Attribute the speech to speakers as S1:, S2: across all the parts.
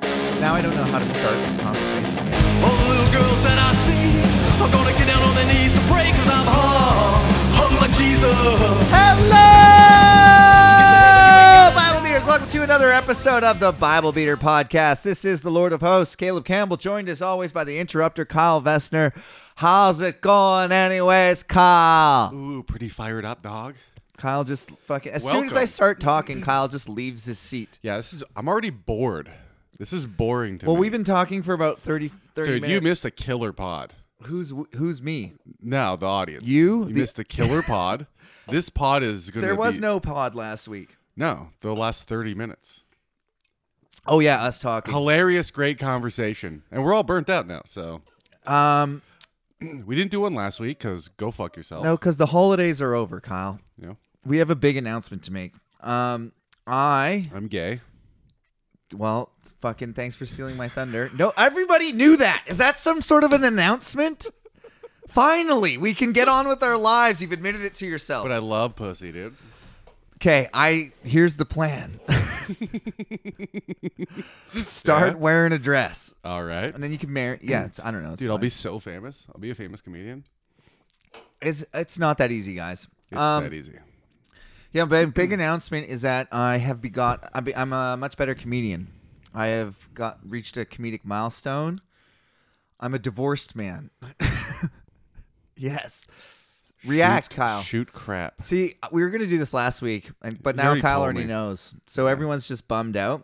S1: I don't know how to start this conversation. yet.
S2: All the little girls that I see are gonna get down on their knees to pray i I'm hung, hung like Jesus.
S1: Hello, Bible Beaters. Welcome to another episode of the Bible Beater Podcast. This is the Lord of Hosts, Caleb Campbell, joined as always by the interrupter, Kyle Vessner. How's it going, anyways, Kyle?
S2: Ooh, pretty fired up, dog.
S1: Kyle just fucking. As soon as
S2: Welcome.
S1: I start talking, Kyle just leaves his seat.
S3: Yeah, this is. I'm already bored. This is boring to
S1: Well,
S3: me.
S1: we've been talking for about 30, 30
S3: Dude,
S1: minutes.
S3: you missed a killer pod.
S1: who's who's me?
S3: Now the audience.
S1: You?
S3: You
S1: The-
S3: missed the killer pod. This pod is going to.
S1: There was no pod last week.
S3: No, the last thirty minutes.
S1: Oh yeah, us talking.
S3: Hilarious, great conversation, and we're all burnt out now. So
S1: Um,
S3: we didn't do one last week because go fuck yourself.
S1: no, because the holidays are over, Kyle.
S3: You know,
S1: We have a big announcement to make. Um, I
S3: I'm gay.
S1: well, fucking thanks for stealing my thunder. No, everybody knew that. Is that some sort of an announcement? Finally, we can get on with our lives. You've admitted it to yourself.
S3: But I love pussy, dude.
S1: Okay, I here's the plan. Start
S3: Yeah.
S1: wearing a dress,
S3: All right,
S1: and then you can marry. Yeah, it's, I don't know. It's
S3: dude. I'll
S1: fine.
S3: be so famous. I'll be a famous comedian.
S1: It's it's not that easy, guys.
S3: It's
S1: um,
S3: that easy.
S1: Yeah, but big announcement is that I have begot. I be, I'm a much better comedian. I have got reached a comedic milestone. I'm a divorced man. yes. React,
S3: Shoot-
S1: Kyle.
S3: Shoot crap.
S1: See, we were gonna do this last week, and but
S3: You
S1: now
S3: already
S1: Kyle
S3: told
S1: already
S3: me.
S1: knows, so everyone's just bummed out.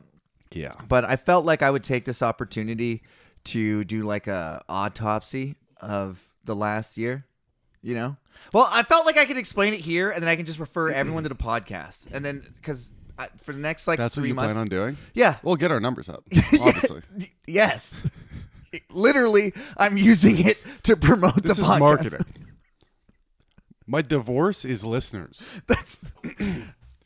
S3: Yeah.
S1: But I felt like I would take this opportunity to do like a autopsy of the last year. You know, well, I felt like I could explain it here, and then I can just refer everyone to the podcast, and then because for the next like
S3: That's what
S1: three
S3: you
S1: months,
S3: plan on doing.
S1: yeah,
S3: We'll get our numbers up, obviously.
S1: Y- yes, It- literally, I'm using it to promote
S3: This
S1: the
S3: is
S1: podcast.
S3: marketing. My divorce is listeners.
S1: That's.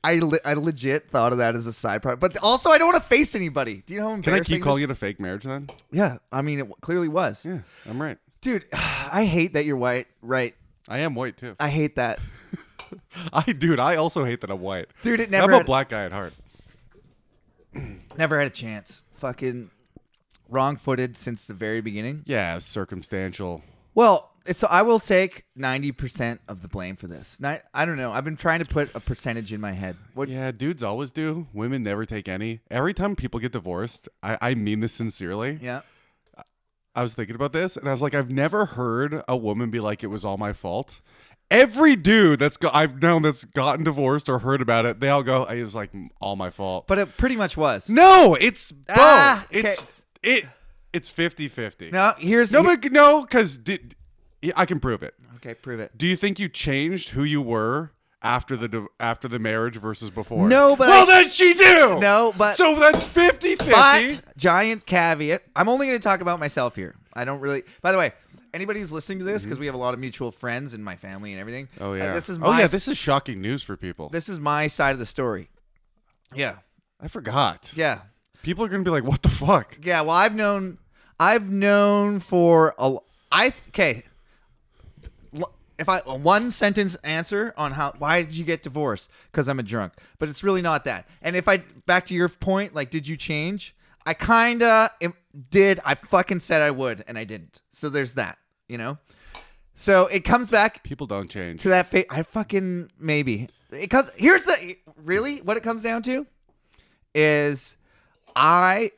S1: I, le- I legit thought of that as a side project, but also I don't want to face anybody. Do you know how
S3: Can I
S1: embarrassing?
S3: keep calling it a fake marriage then?
S1: Yeah, I mean it w- clearly was,
S3: Yeah, I'm right.
S1: dude. I hate that you're white. Right,
S3: I am white too. I,
S1: I hate that.
S3: dude, I also hate that I'm white.
S1: Dude, it never
S3: I'm a
S1: had-
S3: black guy at heart.
S1: Never had a chance. Fucking wrong footed since the very beginning.
S3: Yeah, circumstantial.
S1: Well, it's I will take ninety percent of the blame for this. Ni- I don't know. I've been trying to put a percentage in my head. What
S3: Yeah, dudes always do. Women never take any. Every time people get divorced, I, I mean this sincerely.
S1: yeah.
S3: I was thinking about this and I was like, I've never heard a woman be like, it was all my fault. Every dude that's go- I've known that's gotten divorced or heard about it, they all go, it was like all my fault.
S1: But it pretty much was.
S3: No, it's both.
S1: Ah, okay.
S3: It's it. It's 50-50.
S1: Now here's
S3: no, but no, because I can prove it.
S1: Okay, prove it.
S3: Do you think you changed who you were after the div- after the marriage versus before?
S1: No, but
S3: well,
S1: I-
S3: then she knew.
S1: No, but-
S3: so that's 50-50.
S1: But giant caveat. I'm only going to talk about myself here. I don't really. By the way, anybody who's listening to this, because we have a lot of mutual friends and my family and everything.
S3: Mm-hmm. oh
S1: uh,
S3: yeah,
S1: This is my.
S3: oh yeah, this is shocking news for people.
S1: this is my side of the story. Yeah.
S3: I forgot.
S1: Yeah.
S3: People are gonna be like, what the fuck?
S1: Yeah, well, I've known, I've known for a, I okay. L- If I a one sentence answer on how why did you get divorced? Because I'm a drunk, but it's really not that. And if I back to your point, like, did you change? I kinda am- did. I fucking said I would, and I didn't. So there's that, you know. So it comes back
S3: People don't change.
S1: to that face. I fucking maybe it comes. Here's the really what it comes down to is I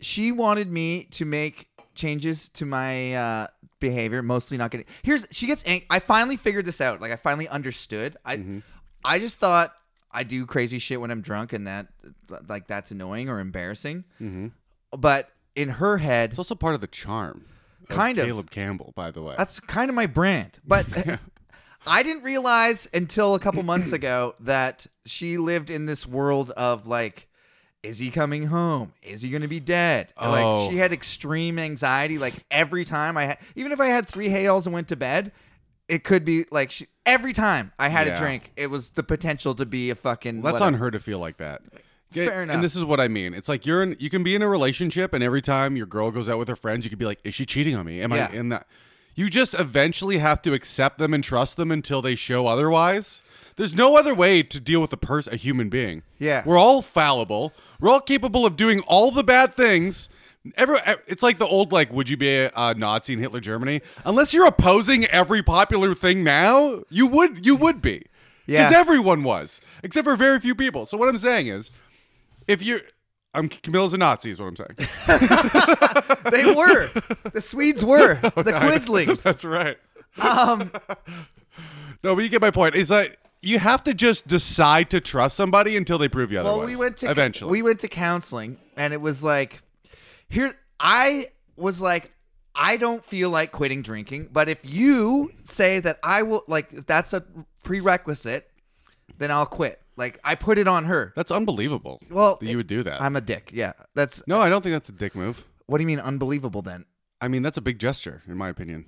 S1: she wanted me to make changes to my uh, behavior, mostly not getting. Here's she gets angry. I finally figured this out. Like I finally understood. I I just thought I do crazy shit when I'm drunk, and that like that's annoying or embarrassing. But in her head,
S3: It's also part of the charm.
S1: Kind of.
S3: Caleb Campbell, by the way.
S1: that's kind of my brand. But I didn't realize until a couple months ago that she lived in this world of like, is he coming home? Is he going to be dead? And,
S3: Oh.
S1: Like she had extreme anxiety. Like every time I had, even if I had three hails and went to bed, it could be like she, every time I had a
S3: Yeah.
S1: drink, it was the potential to be a fucking.
S3: That's
S1: whatever.
S3: on her to feel like that.
S1: Fair enough.
S3: And this is what I mean. It's like you're in, you can be in a relationship, and every time your girl goes out with her friends, you could be like, "Is she cheating on me? Am
S1: Yeah.
S3: I in that?" You just eventually have to accept them and trust them until they show otherwise. There's no other way to deal with a person, a human being.
S1: Yeah.
S3: we're all fallible. We're all capable of doing all the bad things. Every, it's like the old like, would you be a, a Nazi in Hitler Germany? Unless you're opposing every popular thing now, you would you would be,
S1: Yeah.
S3: because everyone was, except for very few people. So what I'm saying is, if you, I'm Camilla's a Nazi is what I'm saying.
S1: They were. the Swedes were. The Quislings.
S3: That's right.
S1: Um,
S3: No, but you get my point. Is that you have to just decide to trust somebody until they prove you otherwise.
S1: well, we went to
S3: eventually.
S1: We went to counseling, and it was like, here I was like, I don't feel like quitting drinking, but if you say that I will, like, if that's a prerequisite, then I'll quit. Like, I put it on her.
S3: that's unbelievable.
S1: Well,
S3: that you would do that.
S1: I'm a dick. Yeah, that's.
S3: no, I don't think that's a dick move.
S1: What do you mean unbelievable? Then
S3: I mean, that's a big gesture, in my opinion.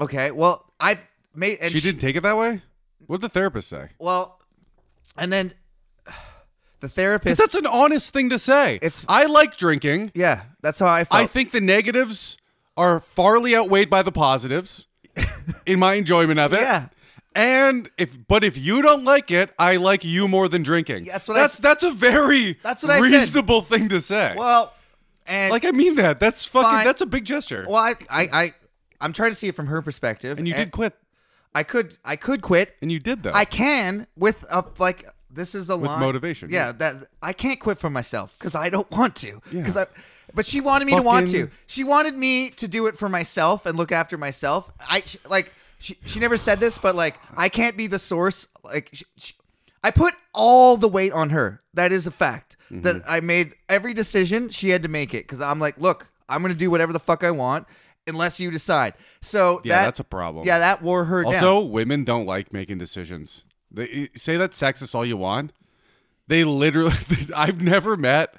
S1: okay. Well, I made and
S3: she didn't take it that way. What did the therapist say?
S1: Well, and then the
S3: 'Cause
S1: therapist.
S3: That's an honest thing to say.
S1: It's-
S3: I like drinking.
S1: yeah, that's how I felt.
S3: I think the negatives are farly outweighed by the positives in my enjoyment of it.
S1: Yeah.
S3: And if but if you don't like it, I like you more than drinking.
S1: That's what I
S3: that's
S1: s-
S3: that's a very
S1: That's what I said.
S3: reasonable thing to say.
S1: well, and
S3: like I mean that. That's fucking
S1: Fine.
S3: that's a big gesture.
S1: well, I, I, I, I'm trying to see it from her perspective.
S3: and you did quit.
S1: I could, I could quit.
S3: And you did though.
S1: I can with a like. This is a line.
S3: motivation,
S1: Yeah,
S3: yeah.
S1: that I can't quit for myself because I don't want to. Because I, but she wanted me to want to.
S3: Fucking-
S1: She wanted me to do it for myself and look after myself. I sh like she she never said this, but like I can't be the source. Like sh sh I put all the weight on her. That is a fact.
S3: Mm-hmm.
S1: That I made every decision she had to make it because I'm like, look, I'm gonna do whatever the fuck I want. Unless you decide, so
S3: Yeah,
S1: that-
S3: that's a problem.
S1: Yeah, that wore her down.
S3: also, women don't like making decisions. They eh, say that sex is all you want. They literally I've never met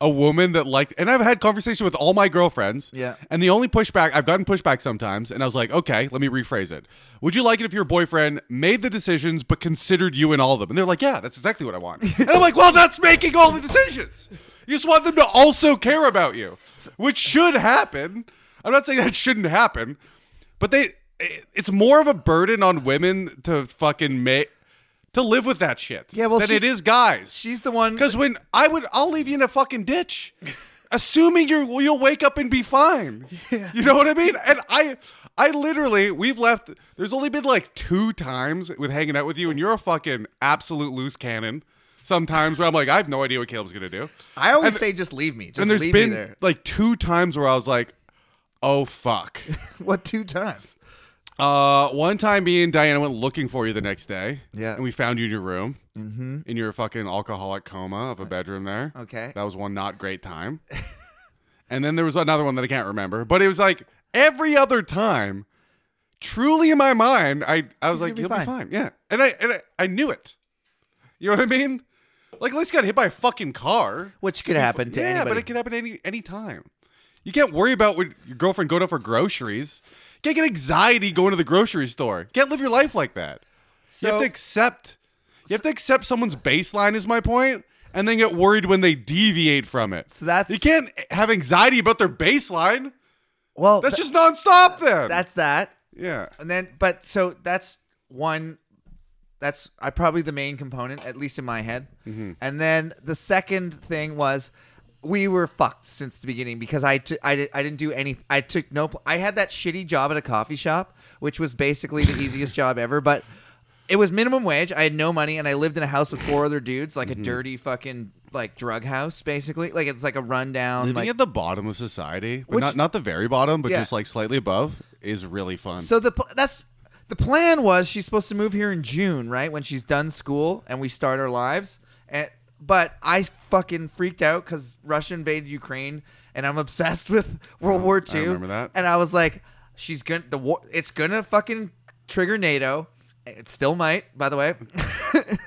S3: a woman that liked and I've had conversation with all my girlfriends.
S1: Yeah.
S3: And the only pushback I've gotten pushback sometimes and I was like, "Okay, let me rephrase it. Would you like it if your boyfriend made the decisions but considered you in all of them?" And they're like, "Yeah, that's exactly what I want." and I'm like, "Well, that's making all the decisions. You just want them to also care about you, which should happen. I'm not saying that shouldn't happen, but they it- it's more of a burden on women to fucking make to live with that shit.
S1: Yeah, well,
S3: than
S1: she-
S3: it is guys.
S1: she's the one.
S3: Because when I would, I'll leave you in a fucking ditch, assuming you you'll wake up and be fine. You know what I mean? And I, I literally, we've left. There's only been like two times with hanging out with you, and you're a fucking absolute loose cannon. Sometimes where I'm like, I have no idea what Caleb's gonna do.
S1: I always
S3: And-
S1: say just leave me. Just
S3: and there's
S1: leave
S3: been
S1: me there.
S3: like two times where I was like, oh fuck.
S1: What two times?
S3: Uh, one time me and Diana went looking for you the next day.
S1: Yeah.
S3: And we found you in your room. Mm-hmm. In your fucking alcoholic coma of a bedroom there.
S1: Uh, Okay.
S3: That was one not great time. and then there was another one that I can't remember. But it was like every other time, truly in my mind, I, I was
S1: gonna
S3: like,
S1: be
S3: you'll
S1: fine."
S3: be fine. Yeah. And I and I, I knew it. You know what I mean? Like at least got hit by a fucking car.
S1: Which could happen to
S3: yeah,
S1: anybody.
S3: but it can happen any any time. You can't worry about when your girlfriend going out for groceries. You can't get anxiety going to the grocery store. You can't live your life like that. you have
S1: So-
S3: to accept. You have to accept someone's baseline is my point, and then get worried when they deviate from it.
S1: So that's-
S3: you can't have anxiety about their baseline.
S1: well,
S3: That's
S1: tha-
S3: just nonstop. Then
S1: that's that.
S3: yeah.
S1: And then, but so that's one. That's I probably the main component, at least in my head. And then the second thing was we were fucked since the beginning because I t- I, di- I didn't do any. I took no. pl- I had that shitty job at a coffee shop, which was basically the easiest job ever, but. It was minimum wage. I had no money, and I lived in a house with four other dudes, like a dirty fucking like drug house, basically. Like it's like a rundown.
S3: Living
S1: like,
S3: at the bottom of society, but
S1: Which-
S3: not not the very bottom, but
S1: Yeah.
S3: just like slightly above, is really fun.
S1: So the pl- that's the plan was she's supposed to move here in June, right? When she's done school and we start our lives. And but I fucking freaked out because Russia invaded Ukraine, and I'm obsessed with World War II.
S3: Oh, remember that.
S1: And I was like, she's gonna the war. It's gonna fucking trigger NATO. It still might, by the way.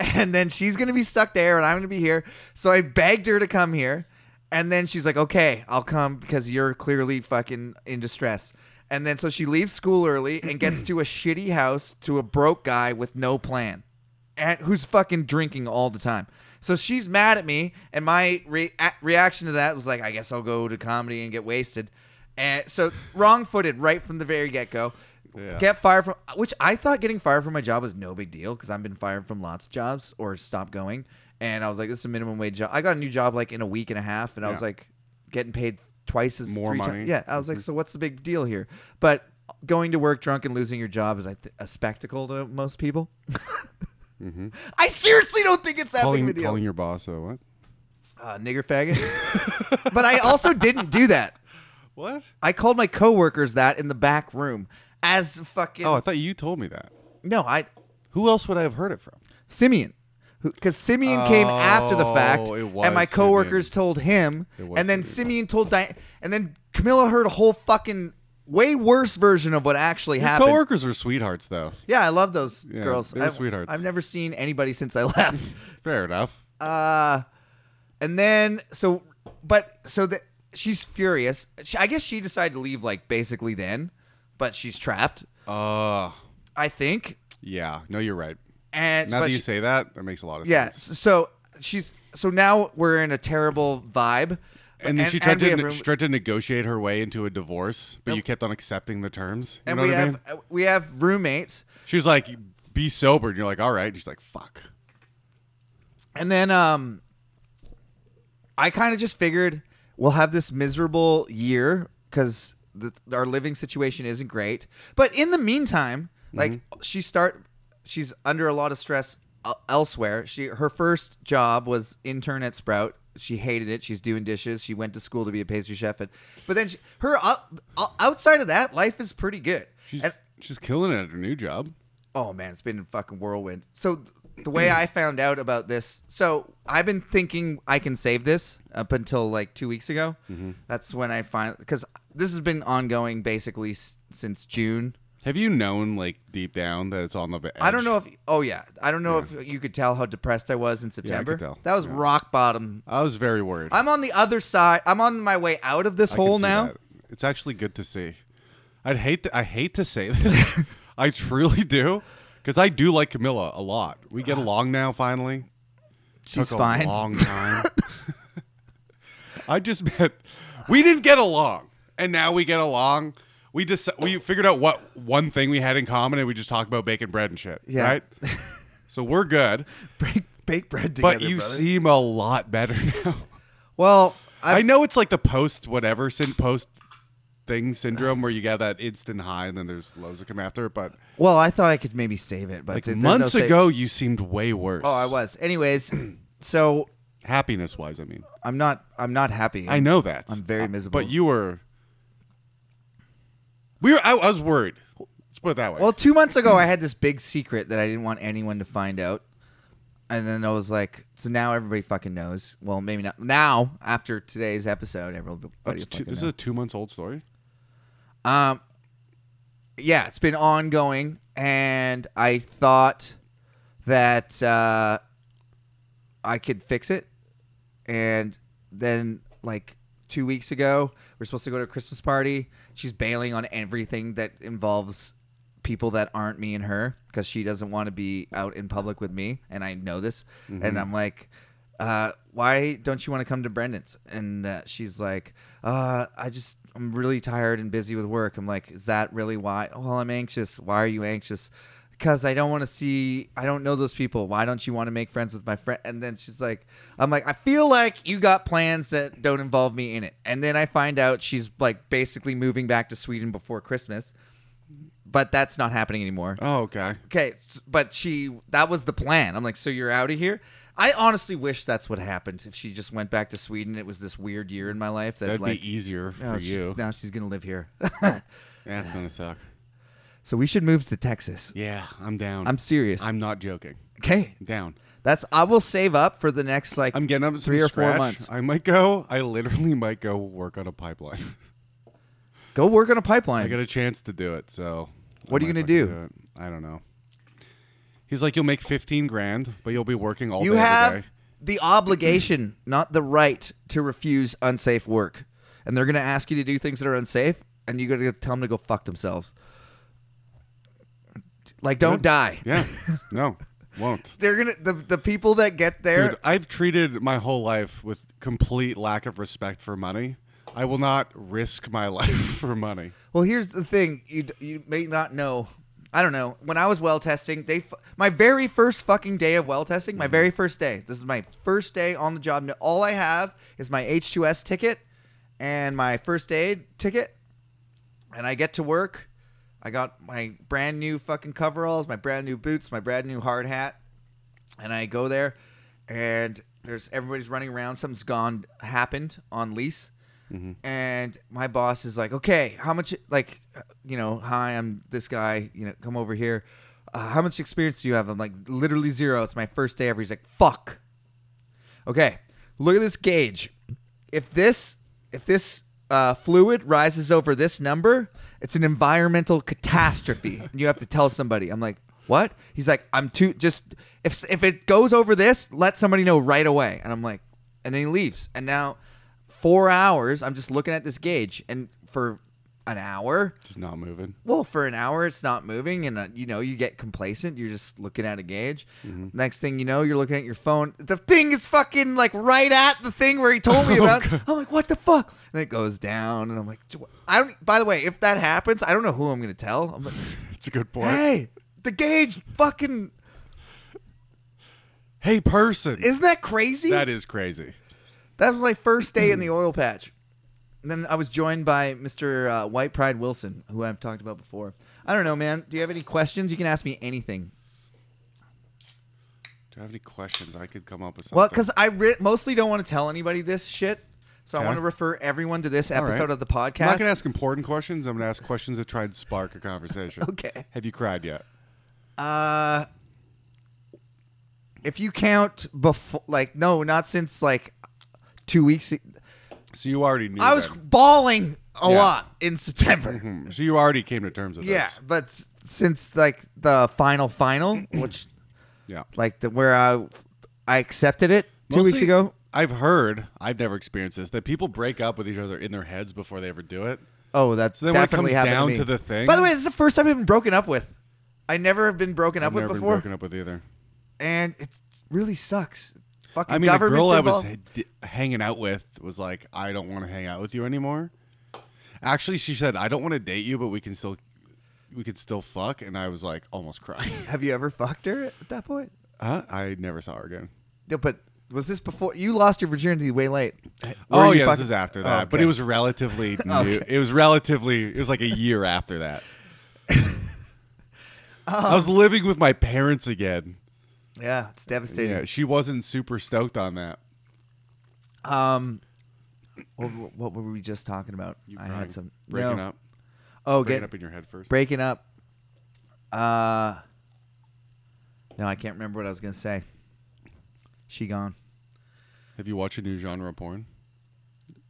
S1: and then she's gonna be stuck there, and I'm gonna be here. So I begged her to come here, and then she's like, "Okay, I'll come because you're clearly fucking in distress." And then so she leaves school early and gets to a shitty house to a broke guy with no plan, and who's fucking drinking all the time. So she's mad at me, and my re- a- reaction to that was like, "I guess I'll go to comedy and get wasted." And so wrong-footed right from the very get-go.
S3: Yeah.
S1: Get fired from which I thought getting fired from my job was no big deal because I've been fired from lots of jobs or stopped going. And I was like, this is a minimum wage job. I got a new job like in a week and a half, and I was
S3: Yeah.
S1: like getting paid twice as
S3: More
S1: three ti-
S3: money. Mm-hmm.
S1: yeah, I was like, so what's the big deal here? But going to work drunk and losing your job is like th- a spectacle to most people. I seriously don't think it's that big
S3: Mm-hmm. Calling,
S1: of a deal.
S3: calling your boss a what?
S1: uh, nigger faggot. but I also didn't do that.
S3: What?
S1: I called my coworkers that in the back room as fucking.
S3: Oh, I thought you told me that.
S1: no, I
S3: Who else would I have heard it from?
S1: Simeon, because Simeon came after the fact,
S3: Oh, it
S1: and my
S3: was
S1: coworkers
S3: Simeon.
S1: told him,
S3: It was
S1: and then
S3: Simeon.
S1: Simeon told Diane, and then Camilla heard a whole fucking way worse version of what actually
S3: Your
S1: happened.
S3: coworkers are sweethearts, though.
S1: yeah, I love those
S3: Yeah,
S1: girls.
S3: they were
S1: I've-
S3: sweethearts.
S1: I've never seen anybody since I left.
S3: Fair enough.
S1: Uh, and then so, but so that she's furious. She, I guess she decided to leave like basically then, but she's trapped.
S3: Uh,
S1: I think.
S3: yeah. No, you're right.
S1: And
S3: Now
S1: but
S3: that you
S1: she-
S3: say that, that makes a lot of
S1: yeah.
S3: sense.
S1: s- So she's so now we're in a terrible vibe.
S3: And then she tried
S1: we
S3: to
S1: have
S3: ne-
S1: room-
S3: she tried to negotiate her way into a divorce, but you kept on accepting the terms. You
S1: and
S3: know
S1: we
S3: what I
S1: have
S3: mean?
S1: uh, we have roommates.
S3: She was like, "Be sober," and you're like, "All right." And she's like, "Fuck."
S1: And then um I kind of just figured we'll have this miserable year cuz our living situation isn't great. But in the meantime, like she start she's under a lot of stress uh, elsewhere. She her first job was intern at Sprout. She hated it. She's doing dishes. She went to school to be a pastry chef and but then she, her uh, o- outside of that, life is pretty good.
S3: She's
S1: And-
S3: she's killing it at her new job.
S1: Oh man, it's been a fucking whirlwind. So th- the way I found out about this, so I've been thinking I can save this up until like two weeks ago.
S3: Mm-hmm.
S1: That's when I find because this has been ongoing basically s- since June.
S3: Have you known like deep down that it's on the edge?
S1: I don't know if oh yeah, I don't know if you could tell how depressed I was in September.
S3: tell.
S1: That was
S3: Yeah.
S1: rock bottom.
S3: I was very worried.
S1: I'm on the other side. I'm on my way out of this
S3: I can
S1: hole
S3: see
S1: now.
S3: that. It's actually good to see. I'd hate to, I hate to say this. I truly do because I do like Camilla a lot. We get along now finally.
S1: Uh-huh. She's
S3: Took a
S1: fine.
S3: Long time. I just meant we didn't get along, and now we get along. We just we figured out what one thing we had in common, and we just talk about baking bread and shit.
S1: Yeah.
S3: Right. so we're good,
S1: Bake, bake bread together,
S3: but you
S1: brother.
S3: seem a lot better now.
S1: Well,
S3: I
S1: I've,
S3: know it's like the post whatever syn- post thing syndrome where you got that instant high and then there's lows that come after it. But
S1: well, I thought I could maybe save it, but
S3: like
S1: there's no
S3: months
S1: save-
S3: ago, you seemed way worse.
S1: Oh, I was. Anyways, so
S3: happiness wise. I mean,
S1: I'm not. I'm not happy.
S3: I know that.
S1: I'm very miserable.
S3: But you were. We were. I, I was worried. Let's put it that way.
S1: Well, two months ago, I had this big secret that I didn't want anyone to find out, and then I was like, so now everybody fucking knows. Well, maybe not now. After today's episode, everybody
S3: That's two,
S1: fucking
S3: this is
S1: knows.
S3: a two months old story.
S1: um, yeah, it's been ongoing, and I thought that uh, I could fix it, and then like two weeks ago, we're supposed to go to a Christmas party. She's bailing on everything that involves people that aren't me and her because she doesn't want to be out in public with me, and I know this. And I'm like, uh, why don't you want to come to Brendan's? And uh, she's like, uh, I just I'm really tired and busy with work. I'm like, is that really why? Oh, I'm anxious. Why are you anxious? because I don't want to see, I don't know those people. Why don't you want to make friends with my friend? And then she's like, I'm like, I feel like you got plans that don't involve me in it. And then I find out she's like basically moving back to Sweden before Christmas, but that's not happening anymore.
S3: Oh, okay.
S1: Okay, s- but she, that was the plan. I'm like, so you're out of here? I honestly wish that's what happened. If she just went back to Sweden, it was this weird year in my life that
S3: That'd
S1: like,
S3: be easier
S1: oh,
S3: for
S1: she-
S3: you.
S1: now she's going to live here.
S3: That's gonna suck.
S1: so we should move to Texas.
S3: Yeah, I'm down.
S1: I'm serious.
S3: I'm not joking.
S1: okay.
S3: Down.
S1: That's I will save up for the next like
S3: I'm getting up to some
S1: three or four
S3: scratch.
S1: months.
S3: I might go. I literally might go work on a pipeline.
S1: Go work on a
S3: I
S1: pipeline.
S3: got a chance to do it, so. I
S1: What are you
S3: might
S1: gonna do?
S3: fucking it. I don't know. He's like, you'll make fifteen grand, but you'll be working all
S1: you
S3: day every
S1: have
S3: day."
S1: the obligation, not the right, to refuse unsafe work, and they're gonna ask you to do things that are unsafe, and you gotta tell them to go fuck themselves. Like, don't die.
S3: Yeah. No. Won't.
S1: They're gonna the, the people that get there.
S3: Dude, I've treated my whole life with complete lack of respect for money. I will not risk my life for money.
S1: Well, here's the thing: you d- you may not know. I don't know. When I was well testing, they f- my very first fucking day of well testing, my very first day. This is my first day on the job. All I have is my H2S ticket and my first aid ticket. And I get to work. I got my brand new fucking coveralls, my brand new boots, my brand new hard hat. And I go there and there's everybody's running around. Something's gone happened on lease. And my boss is like, okay, how much, like, you know, hi, I'm this guy, you know, come over here. Uh, how much experience do you have? I'm like, literally zero. It's my first day ever. He's like, fuck. Okay, look at this gauge. If this if this uh, fluid rises over this number, it's an environmental catastrophe. and you have to tell somebody. I'm like, what? He's like, I'm too just if if it goes over this, let somebody know right away. And I'm like, and then he leaves. And now, four hours, I'm just looking at this gauge, and for an hour,
S3: Just not moving.
S1: well, for an hour, it's not moving, and uh, you know, you get complacent. You're just looking at a gauge.
S3: Mm-hmm.
S1: Next thing you know, you're looking at your phone. The thing is fucking like right at the thing where he told
S3: Oh,
S1: me about. I'm like, what the fuck? And it goes down, and I'm like, "Wha- I don't. By the way, if that happens, I don't know who I'm gonna tell. I'm like,
S3: It's a good point. Hey,
S1: hey, the gauge, fucking,
S3: person.
S1: isn't that crazy?
S3: that is crazy.
S1: That was my first day in the oil patch. And then I was joined by Mr. Uh, White Pride Wilson, who I've talked about before. I don't know, man. Do you have any questions? You can ask me anything.
S3: Do you have any questions? I could come up with something.
S1: Well, because I re- mostly don't want to tell anybody this shit, so I
S3: Okay.
S1: want to refer everyone to this
S3: right.
S1: episode of the podcast.
S3: I'm not gonna ask important questions. I'm gonna ask questions that try and spark a conversation.
S1: Okay.
S3: Have you cried yet?
S1: Uh, if you count before, like, no, not since like two weeks. a-
S3: So you already knew.
S1: I was
S3: then.
S1: bawling a
S3: Yeah.
S1: lot in September.
S3: Hmm. So you already came to terms with
S1: Yeah,
S3: this.
S1: but s- since like the final final, which
S3: Yeah.
S1: like the where I I accepted it two weeks
S3: Mostly,
S1: ago.
S3: I've heard, I've never experienced this, that people break up with each other in their heads before they ever do it.
S1: Oh, that's
S3: So then when it
S1: definitely
S3: comes
S1: happened
S3: down
S1: to, me.
S3: to the thing-
S1: By the way, this is the first time I've been broken up with. I never have been broken
S3: I've
S1: up with
S3: never
S1: before.
S3: been broken up with either.
S1: and it really sucks. Fucking
S3: I mean, the
S1: government's
S3: girl I was
S1: involved.
S3: h- d- hanging out with was like, I don't want to hang out with you anymore. Actually, she said, I don't want to date you, but we can still we could still fuck. And I was like, almost crying.
S1: Have you ever fucked her at that point?
S3: huh? I never saw her again.
S1: No, but was this before you lost your virginity way late? Were
S3: oh,
S1: you
S3: yeah,
S1: fucking-
S3: this was after
S1: Oh,
S3: that. But
S1: okay.
S3: it was relatively new.
S1: Okay.
S3: It was relatively, it was like a year after that.
S1: Um,
S3: I was living with my parents again.
S1: yeah, it's devastating.
S3: Yeah, she wasn't super stoked on that.
S1: Um, what, what were we just talking about? I
S3: Crying.
S1: had some
S3: breaking
S1: no.
S3: up,
S1: Oh,
S3: breaking
S1: get,
S3: up in your head first.
S1: breaking up. Uh, no, I can't remember what I was gonna say. She gone.
S3: Have you watched a new genre of porn?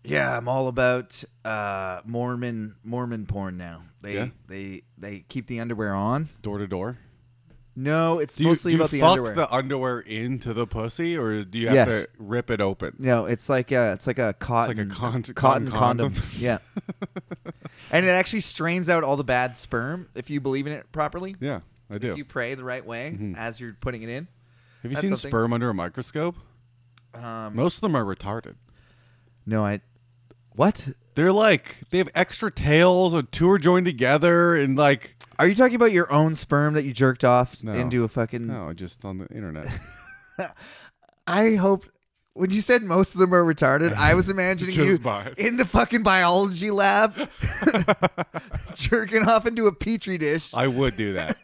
S1: Yeah, I'm all about uh, Mormon Mormon porn now. They
S3: Yeah?
S1: they they keep the underwear on.
S3: Door to door.
S1: No, it's
S3: Do you,
S1: mostly
S3: do you
S1: about the
S3: fuck
S1: underwear.
S3: the underwear into the pussy, or do you have
S1: Yes.
S3: to rip it open?
S1: no, it's like a it's like a cotton
S3: con-
S1: cotton,
S3: cotton
S1: condom.
S3: condom.
S1: yeah, and it actually strains out all the bad sperm if you believe in it properly.
S3: Yeah, Mm-hmm. I do.
S1: If you pray the right way as you're putting it in.
S3: have you
S1: that's
S3: seen
S1: something.
S3: sperm under a microscope?
S1: Um,
S3: Most of them are retarded.
S1: no, I what
S3: They're like they have extra tails, or two are joined together, and like
S1: are you talking about? Your own sperm that you jerked off
S3: No.
S1: into a fucking.
S3: no, just on the internet.
S1: I hope when you said most of them are retarded, I was imagining
S3: Just
S1: you
S3: bi-
S1: in the fucking biology lab jerking off into a petri dish.
S3: I would do that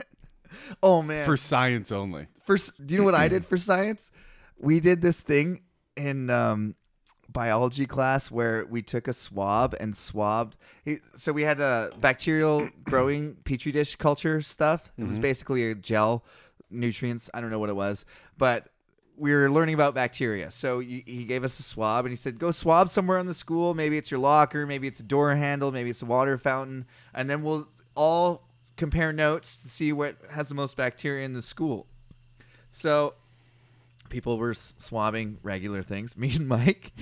S1: Oh man.
S3: for science only.
S1: for s- do you know what I did for science? We did this thing in um, biology class where we took a swab and swabbed. it- So we had a bacterial growing petri dish culture stuff. It was basically a gel nutrients. I don't know what it was, but we were learning about bacteria. So y- he gave us a swab and he said, "Go swab somewhere in the school. Maybe it's your locker. Maybe it's a door handle. Maybe it's a water fountain. And then we'll all." compare notes to see what has the most bacteria in the school so people were s- swabbing regular things. Me and Mike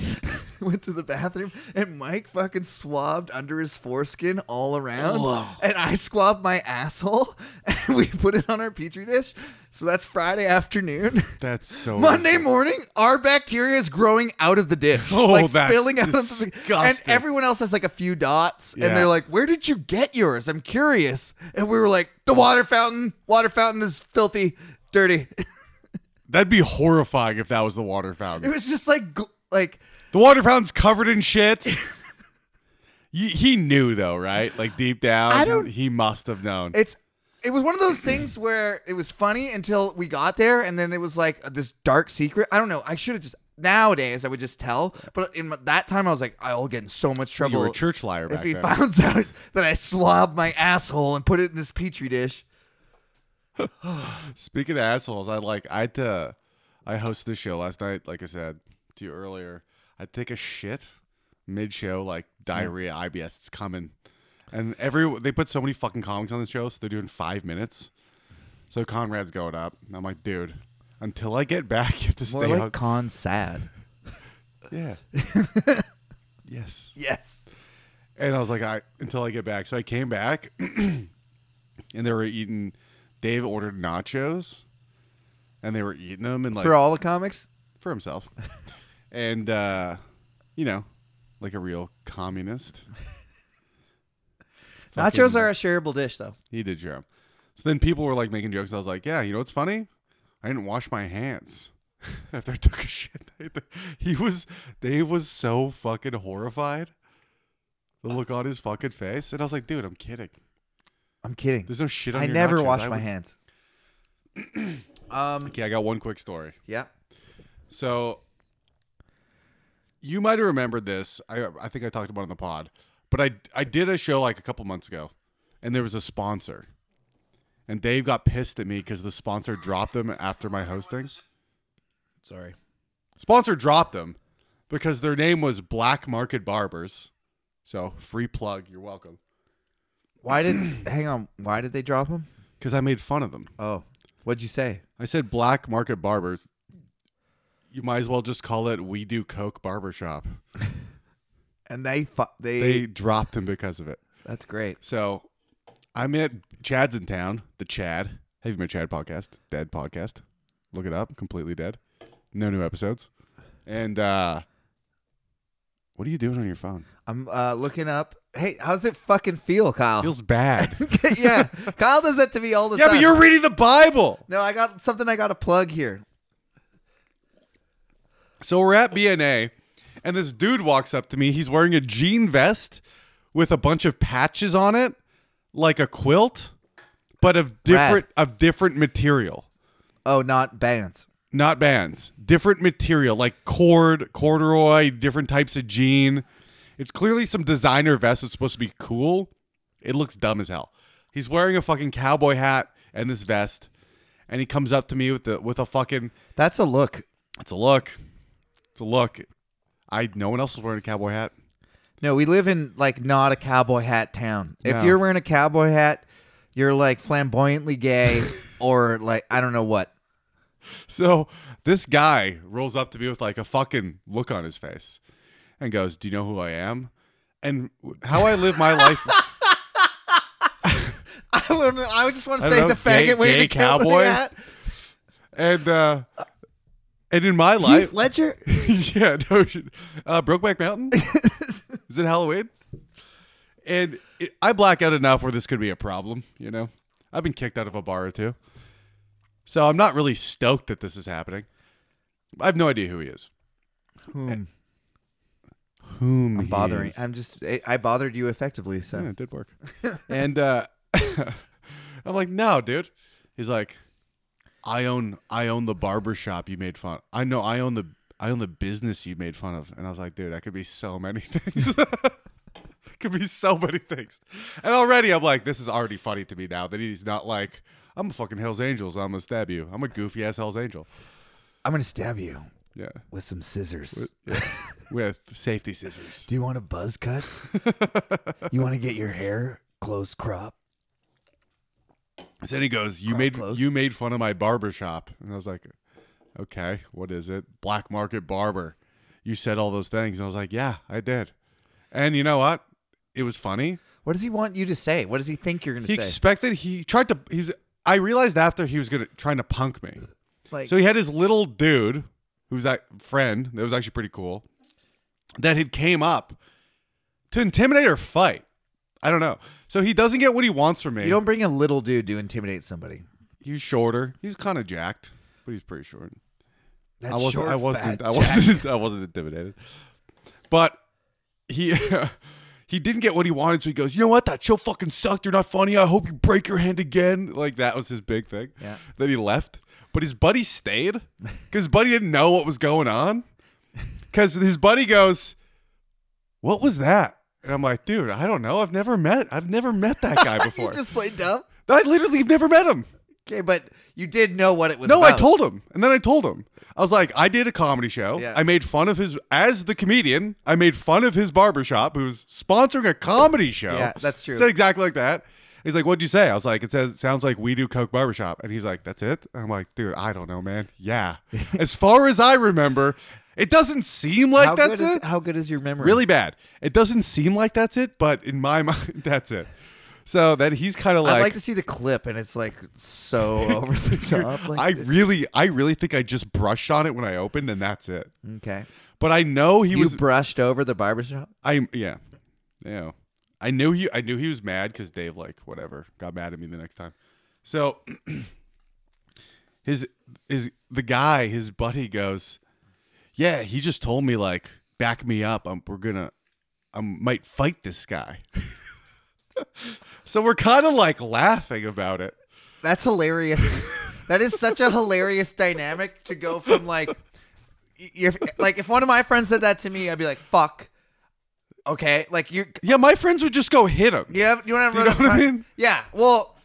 S1: went to the bathroom, and Mike fucking swabbed under his foreskin all around, and I swabbed my asshole, and we put it on our petri dish. So that's Friday afternoon.
S3: That's so
S1: Monday morning, our bacteria is growing out of the dish,
S3: Oh,
S1: like
S3: that's
S1: spilling out of the and
S3: disgusting.
S1: everyone else has like a few dots,
S3: Yeah.
S1: and they're like, "Where did you get yours? I'm curious." And we were like, "The water fountain. Water fountain is filthy, dirty."
S3: That'd be horrifying if that was the water
S1: It
S3: fountain.
S1: was just like gl- like
S3: The water fountain's covered in shit. Y- He knew though, right? Like deep down,
S1: I don't-
S3: he must have known.
S1: It's it was one of those things where it was funny until we got there, and then it was like this dark secret. I don't know. I should have just nowadays I would just tell, but in my- that time I was like, I'll get in so much
S3: you
S1: trouble.
S3: were a church liar
S1: if
S3: back
S1: he
S3: then.
S1: finds out that I swabbed my asshole and put it in this petri dish.
S3: Speaking of assholes, I like I had to I hosted the show last night, like I said to you earlier. I take a shit mid show, like diarrhea, IBS, it's coming. And every they put so many fucking comics on this show, so they're doing five minutes. So Conrad's going up. And I'm like, dude, until I get back, you have to
S1: More
S3: stay
S1: like
S3: on.
S1: con sad.
S3: yeah. yes.
S1: Yes.
S3: And I was like, I until I get back. So I came back, and they were eating. Dave ordered nachos, and they were eating them and like
S1: For all the comics,
S3: for himself, and uh, you know, like a real communist.
S1: nachos
S3: Fucking-
S1: are a shareable dish, though.
S3: He did share 'em. So then people were like making jokes. I was like, yeah, you know what's funny? I didn't wash my hands after I took a shit. he was Dave was so fucking horrified. The look on his fucking face, and I was like, dude, I'm kidding.
S1: I'm kidding.
S3: There's no shit on
S1: I
S3: your
S1: never
S3: nachos.
S1: wash
S3: I
S1: my
S3: would-
S1: hands. um.
S3: Okay, I got one quick story.
S1: Yeah.
S3: So you might have remembered this. I I think I talked about it on the pod, but I I did a show like a couple months ago, and there was a sponsor, and Dave got pissed at me because the sponsor dropped them after my hosting.
S1: Sorry.
S3: Sponsor dropped them because their name was Black Market Barbers. So free plug. You're welcome.
S1: Why did? hang on. Why did they drop him?
S3: Because I made fun of them.
S1: Oh, what'd you say?
S3: I said Black Market Barbers. You might as well just call it We Do Coke Barbershop.
S1: And they fu- they,
S3: They dropped him because of it.
S1: That's great.
S3: So I'm at Chad's in town, the Chad. Have you met Chad podcast? Dead podcast. Look it up. Completely dead. No new episodes. And uh what are you doing on your phone?
S1: I'm uh, looking up. Hey, how's it fucking feel, Kyle?
S3: Feels bad.
S1: yeah, Kyle does that to me all the
S3: yeah,
S1: time.
S3: but you're reading the Bible.
S1: no. I got something. I got to plug here.
S3: So we're at BNA, and this dude walks up to me. He's wearing a jean vest with a bunch of patches on it, like a quilt, but of different of different material.
S1: Oh, not bands.
S3: not bands different material like cord corduroy different types of jean it's clearly some designer vest that's supposed to be cool it looks dumb as hell he's wearing a fucking cowboy hat and this vest and he comes up to me with the with a fucking
S1: That's a look.
S3: it's a look it's a look i no one else is wearing a cowboy hat
S1: No, we live in like not a cowboy hat town. If
S3: No.
S1: you're wearing a cowboy hat, you're like flamboyantly gay or like I don't know what.
S3: So this guy rolls up to me with like a fucking look on his face and goes, Do you know who I am? And w- how I live my life.
S1: I, would- I just want to
S3: I
S1: say
S3: don't
S1: the
S3: know, gay-
S1: faggot wearing
S3: gay
S1: a cowboy,
S3: cowboy?
S1: hat.
S3: And, uh, and in my life,
S1: Heath Ledger.
S3: yeah, no shit. Uh, Brokeback Mountain? Is it Halloween? And it, I black out enough where this could be a problem, you know? I've been kicked out of a bar or two. So I'm not really stoked that this is happening. I have no idea who he is.
S1: Whom?
S3: Whom
S1: I'm bothering. I'm just. eh, I, I bothered you effectively. So
S3: Yeah, it did work. and uh, I'm like, no, dude. He's like, I own I own the barber shop you made fun. I know I own the I own the business you made fun of. And I was like, dude, that could be so many things. could be so many things. And already I'm like, this is already funny to me now that he's not like, I'm a fucking Hell's Angels. I'm gonna stab you. I'm a goofy ass Hell's Angel.
S1: I'm gonna stab you
S3: Yeah.
S1: with some scissors.
S3: With safety scissors.
S1: Do you want a buzz cut? you want to get your hair close crop?
S3: So then he goes, "You made
S1: close.
S3: you made fun of my barber shop," and I was like, "Okay, what is it? Black market barber? You said all those things." And I was like, "Yeah, I did." And you know what? It was funny.
S1: What does he want you to say? What does he think you're gonna
S3: He
S1: say?
S3: expected he tried to. He was. I realized after he was gonna trying to punk me.
S1: like,
S3: So he had his little dude, who's that friend that was actually pretty cool, that had came up to intimidate or fight. I don't know. So he doesn't get what he wants from me.
S1: you don't bring a little dude to intimidate somebody.
S3: He's shorter. He's kind of jacked, but he's pretty short.
S1: That
S3: I wasn't.
S1: short,
S3: I wasn't.
S1: fat
S3: I
S1: jack.
S3: wasn't. I wasn't intimidated. But he he didn't get what he wanted, so he goes, "You know what? That show fucking sucked. You're not funny. I hope you break your hand again." Like that was his big thing.
S1: Yeah.
S3: Then he left, but his buddy stayed because buddy didn't know what was going on. Because his buddy goes, "What was that?" And I'm like, "Dude, I don't know. I've never met. I've never met that guy
S1: You
S3: before.
S1: just played dumb.
S3: I literally have never met him."
S1: Okay, but you did know what it was.
S3: No, I
S1: about.
S3: told him, and then I told him. I was like, I did a comedy show.
S1: Yeah.
S3: I made fun of his as the comedian. I made fun of his barbershop, who's sponsoring a comedy show.
S1: Yeah, that's true.
S3: Said exactly like that. He's like, "What'd you say?" I was like, "It says sounds like we do Coke Barbershop," and he's like, "That's it." And I'm like, "Dude, I don't know, man. Yeah, as far as I remember, it doesn't seem like
S1: How
S3: that's
S1: good is-
S3: it.
S1: how good is your memory?
S3: really bad. It doesn't seem like that's it, but in my mind, that's it." So then he's kind of
S1: I'd
S3: like,
S1: like to see the clip, and it's like so over the top. Like,
S3: I really, I really think I just brushed on it when I opened, and that's it.
S1: okay,
S3: But I know he
S1: you
S3: was.
S1: brushed over the barbershop.
S3: I yeah, yeah. I knew he. I knew he was mad because Dave like whatever got mad at me the next time. So his his the guy his buddy goes, yeah. He just told me like back me up. I'm we're gonna I might fight this guy. so we're kind of like laughing about it.
S1: That's hilarious. that is such a hilarious dynamic to go from like, y- if like if one of my friends said that to me, I'd be like, "Fuck." Okay, like you,
S3: Yeah, my friends would just go hit him.
S1: you have, you want to
S3: You know what I mean?
S1: Yeah. Well,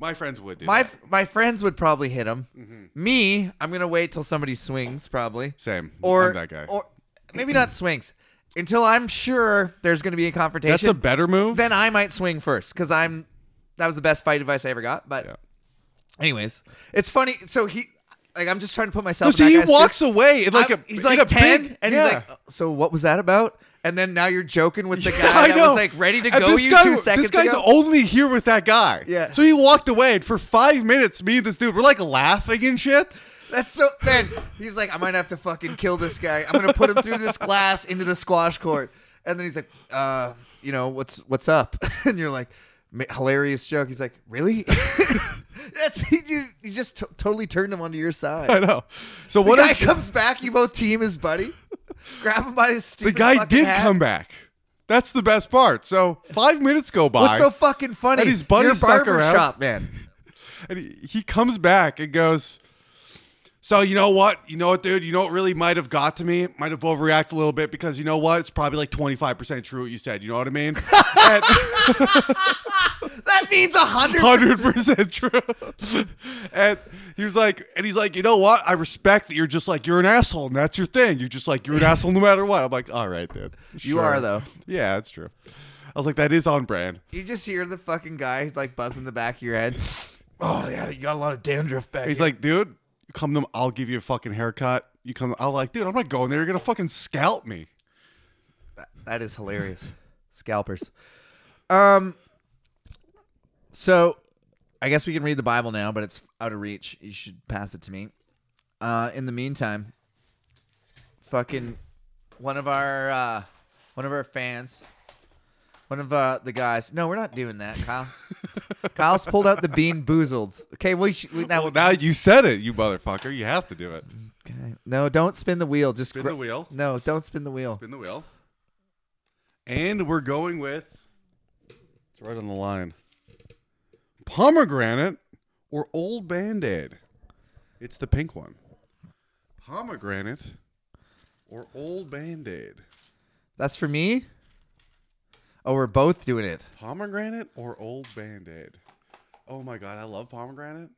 S3: My friends would do.
S1: my
S3: that.
S1: my friends would probably hit him. Me, I'm gonna wait till somebody swings, probably.
S3: Mm-hmm. same.
S1: Or
S3: I'm that guy.
S1: or maybe not swings until I'm sure there's gonna be a confrontation.
S3: That's a better move.
S1: then I might swing first because I'm. That was the best fight advice I ever got. But,
S3: Yeah.
S1: anyways, it's funny. So he, like, I'm just trying to put myself.
S3: No,
S1: in
S3: so
S1: that
S3: he
S1: guy's
S3: walks
S1: shoes.
S3: away in like
S1: I'm-
S3: a
S1: he's
S3: in
S1: like
S3: a
S1: ten,
S3: big-
S1: and he's
S3: yeah.
S1: like, "Oh, "So what was that about?" And then now you're joking with the guy
S3: I
S1: that
S3: know.
S1: was like ready to
S3: And
S1: go
S3: this
S1: you
S3: guy-
S1: two seconds
S3: This guy's
S1: ago.
S3: only here with that guy.
S1: Yeah.
S3: So he walked away, and for five minutes, me and this dude were like laughing and shit.
S1: That's so man. He's like, I might have to fucking kill this guy. I'm gonna put him through this glass into the squash court. And then he's like, uh, you know, what's what's up? And you're like, "Ma- hilarious joke. He's like, really? That's he, you, you just t- totally turned him onto your
S3: I
S1: side.
S3: know. So
S1: The
S3: what
S1: guy
S3: if
S1: comes back. You both team his buddy, grab him by his
S3: the
S1: stupid.
S3: guy
S1: fucking
S3: did
S1: hat.
S3: come back? That's the best part. So five minutes go by.
S1: What's so fucking funny?
S3: And his buddy
S1: You're a
S3: stuck
S1: barber
S3: around.
S1: shop man.
S3: And he, he comes back and goes, So, you know what? You know what, dude? You know what really might have got to me? Might have overreacted a little bit because you know what? It's probably like 25% true what you said. You know what I mean? And-
S1: That means a hundred.
S3: hundred
S1: percent.
S3: percent true. and he was like, and he's like, you know what? I respect that you're just like you're an asshole, and that's your thing. You're just like you're an asshole no matter what. I'm like, all right, dude.
S1: You
S3: Sure."
S1: are, though.
S3: Yeah, that's true. I was like, that is on brand.
S1: You just hear the fucking guy who's like buzzing the back of your head.
S4: Oh yeah, you got a lot of dandruff back.
S3: He's
S4: here.
S3: like, dude, you come to, I'll give you a fucking haircut. You come, I'm like, dude, I'm not going there. You're gonna fucking scalp me.
S1: That is hilarious. Scalpers. Um so I guess we can read the Bible now, but it's out of reach. You should pass it to me. Uh in the meantime, fucking one of our uh one of our fans one of uh, the guys. No, we're not doing that, Kyle. Kyle's pulled out the bean boozled. Okay, we, should, we now.
S3: Well, now you said it, you motherfucker. You have to do it.
S1: okay. No, don't spin the wheel. Just
S3: Spin
S1: gra-
S3: the wheel.
S1: No, don't spin the wheel.
S3: Spin the wheel. And we're going with it's right on the line. Pomegranate or old band aid? It's the pink one. Pomegranate or old band aid?
S1: That's for me. Oh, we're both doing it.
S3: Pomegranate or old band aid? Oh my god, I love pomegranate.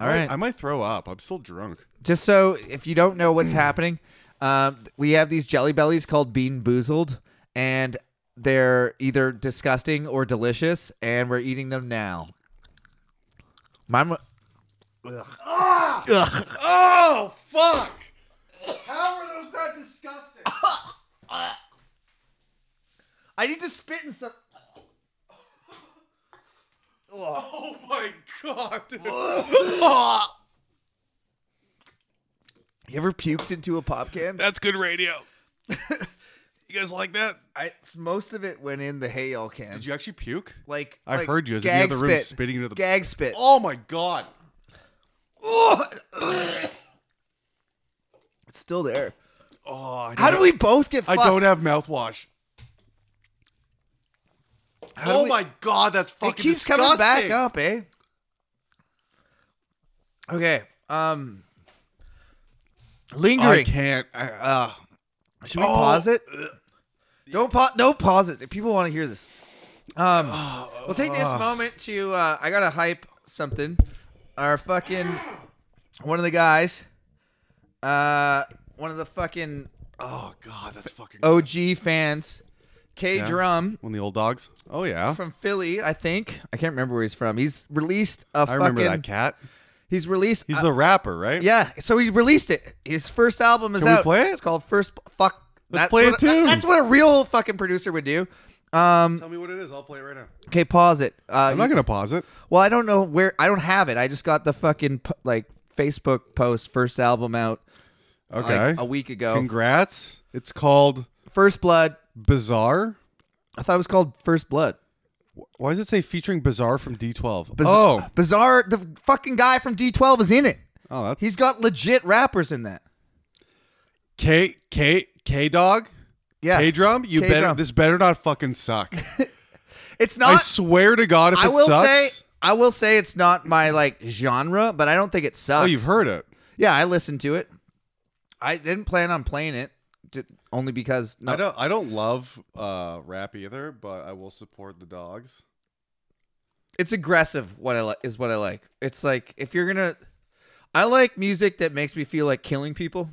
S1: All right.
S3: I might throw up. I'm still drunk.
S1: just so if you don't know what's happening, um, we have these jelly bellies called Bean Boozled, and they're either disgusting or delicious, and we're eating them now. Mine. wa-
S3: Oh fuck! How are those not disgusting?
S1: I need to spit in some.
S3: Oh my god.
S1: You ever puked into a pop can?
S3: That's good radio. you guys like that?
S1: I, most of it went in the hail can.
S3: Did you actually puke?
S1: like
S3: I
S1: like
S3: heard you. I was in the
S1: gag
S3: other room
S1: spit.
S3: spitting into the-
S1: gag spit.
S3: Oh my god.
S1: It's still there.
S3: Oh, I
S1: How
S3: don't-
S1: do we both get
S3: Oh, I
S1: fucked?
S3: don't have mouthwash.
S1: How do
S3: oh
S1: we-
S3: my god, that's fucking.
S1: It keeps coming back up, eh? Okay. Um.
S3: I
S1: Lingering.
S3: can't. I, uh,
S1: Should we pause it? Don't pause. Don't pause it. People want to hear this. Um,
S3: Oh.
S1: we'll take this moment to. Uh, I gotta hype something. Our fucking one of the guys. Uh, one of the fucking
S3: oh god, that's fucking.
S1: OG fans, K
S3: Yeah.
S1: Drum
S3: One of the old dogs. Oh yeah,
S1: from Philly, I think. I can't remember where he's from. He's released a
S3: I
S1: fucking.
S3: remember that cat.
S1: He's released.
S3: He's
S1: uh,
S3: the rapper, right?
S1: yeah, so he released it. His first album is
S3: Can we
S1: out.
S3: play it?
S1: It's called First Fuck.
S3: Let's play a
S1: what, that-
S3: tune.
S1: that's what a real fucking producer would do. Um,
S3: Tell me what it is. I'll play it right now.
S1: okay, pause it. Uh,
S3: I'm not
S1: you-
S3: gonna pause it.
S1: well, I don't know where. I don't have it. I just got the fucking p- like Facebook post first album out like,
S3: Okay.
S1: a week ago.
S3: Congrats. It's called
S1: First Blood.
S3: Bizarre.
S1: I thought it was called First Blood.
S3: Why does it say featuring Bizarre from D12?
S1: Biz-
S3: oh,
S1: Bizarre. The fucking guy from D12 is in it.
S3: oh, that's
S1: He's got legit rappers in that.
S3: K K K Dog.
S1: Yeah.
S3: K Drum. You
S1: K
S3: better.
S1: Drum.
S3: This better not fucking suck.
S1: It's
S3: I
S1: not.
S3: swear to God, if
S1: I
S3: it
S1: will
S3: sucks,
S1: say. I will say it's not my like genre, but I don't think it sucks.
S3: oh, you've heard it.
S1: Yeah, I listened to it. I didn't plan on playing it, ju- only because no,
S3: I don't. I don't love uh, rap either, but I will support the dogs.
S1: it's aggressive what I like is what I like. It's like if you're gonna I like music that makes me feel like killing people.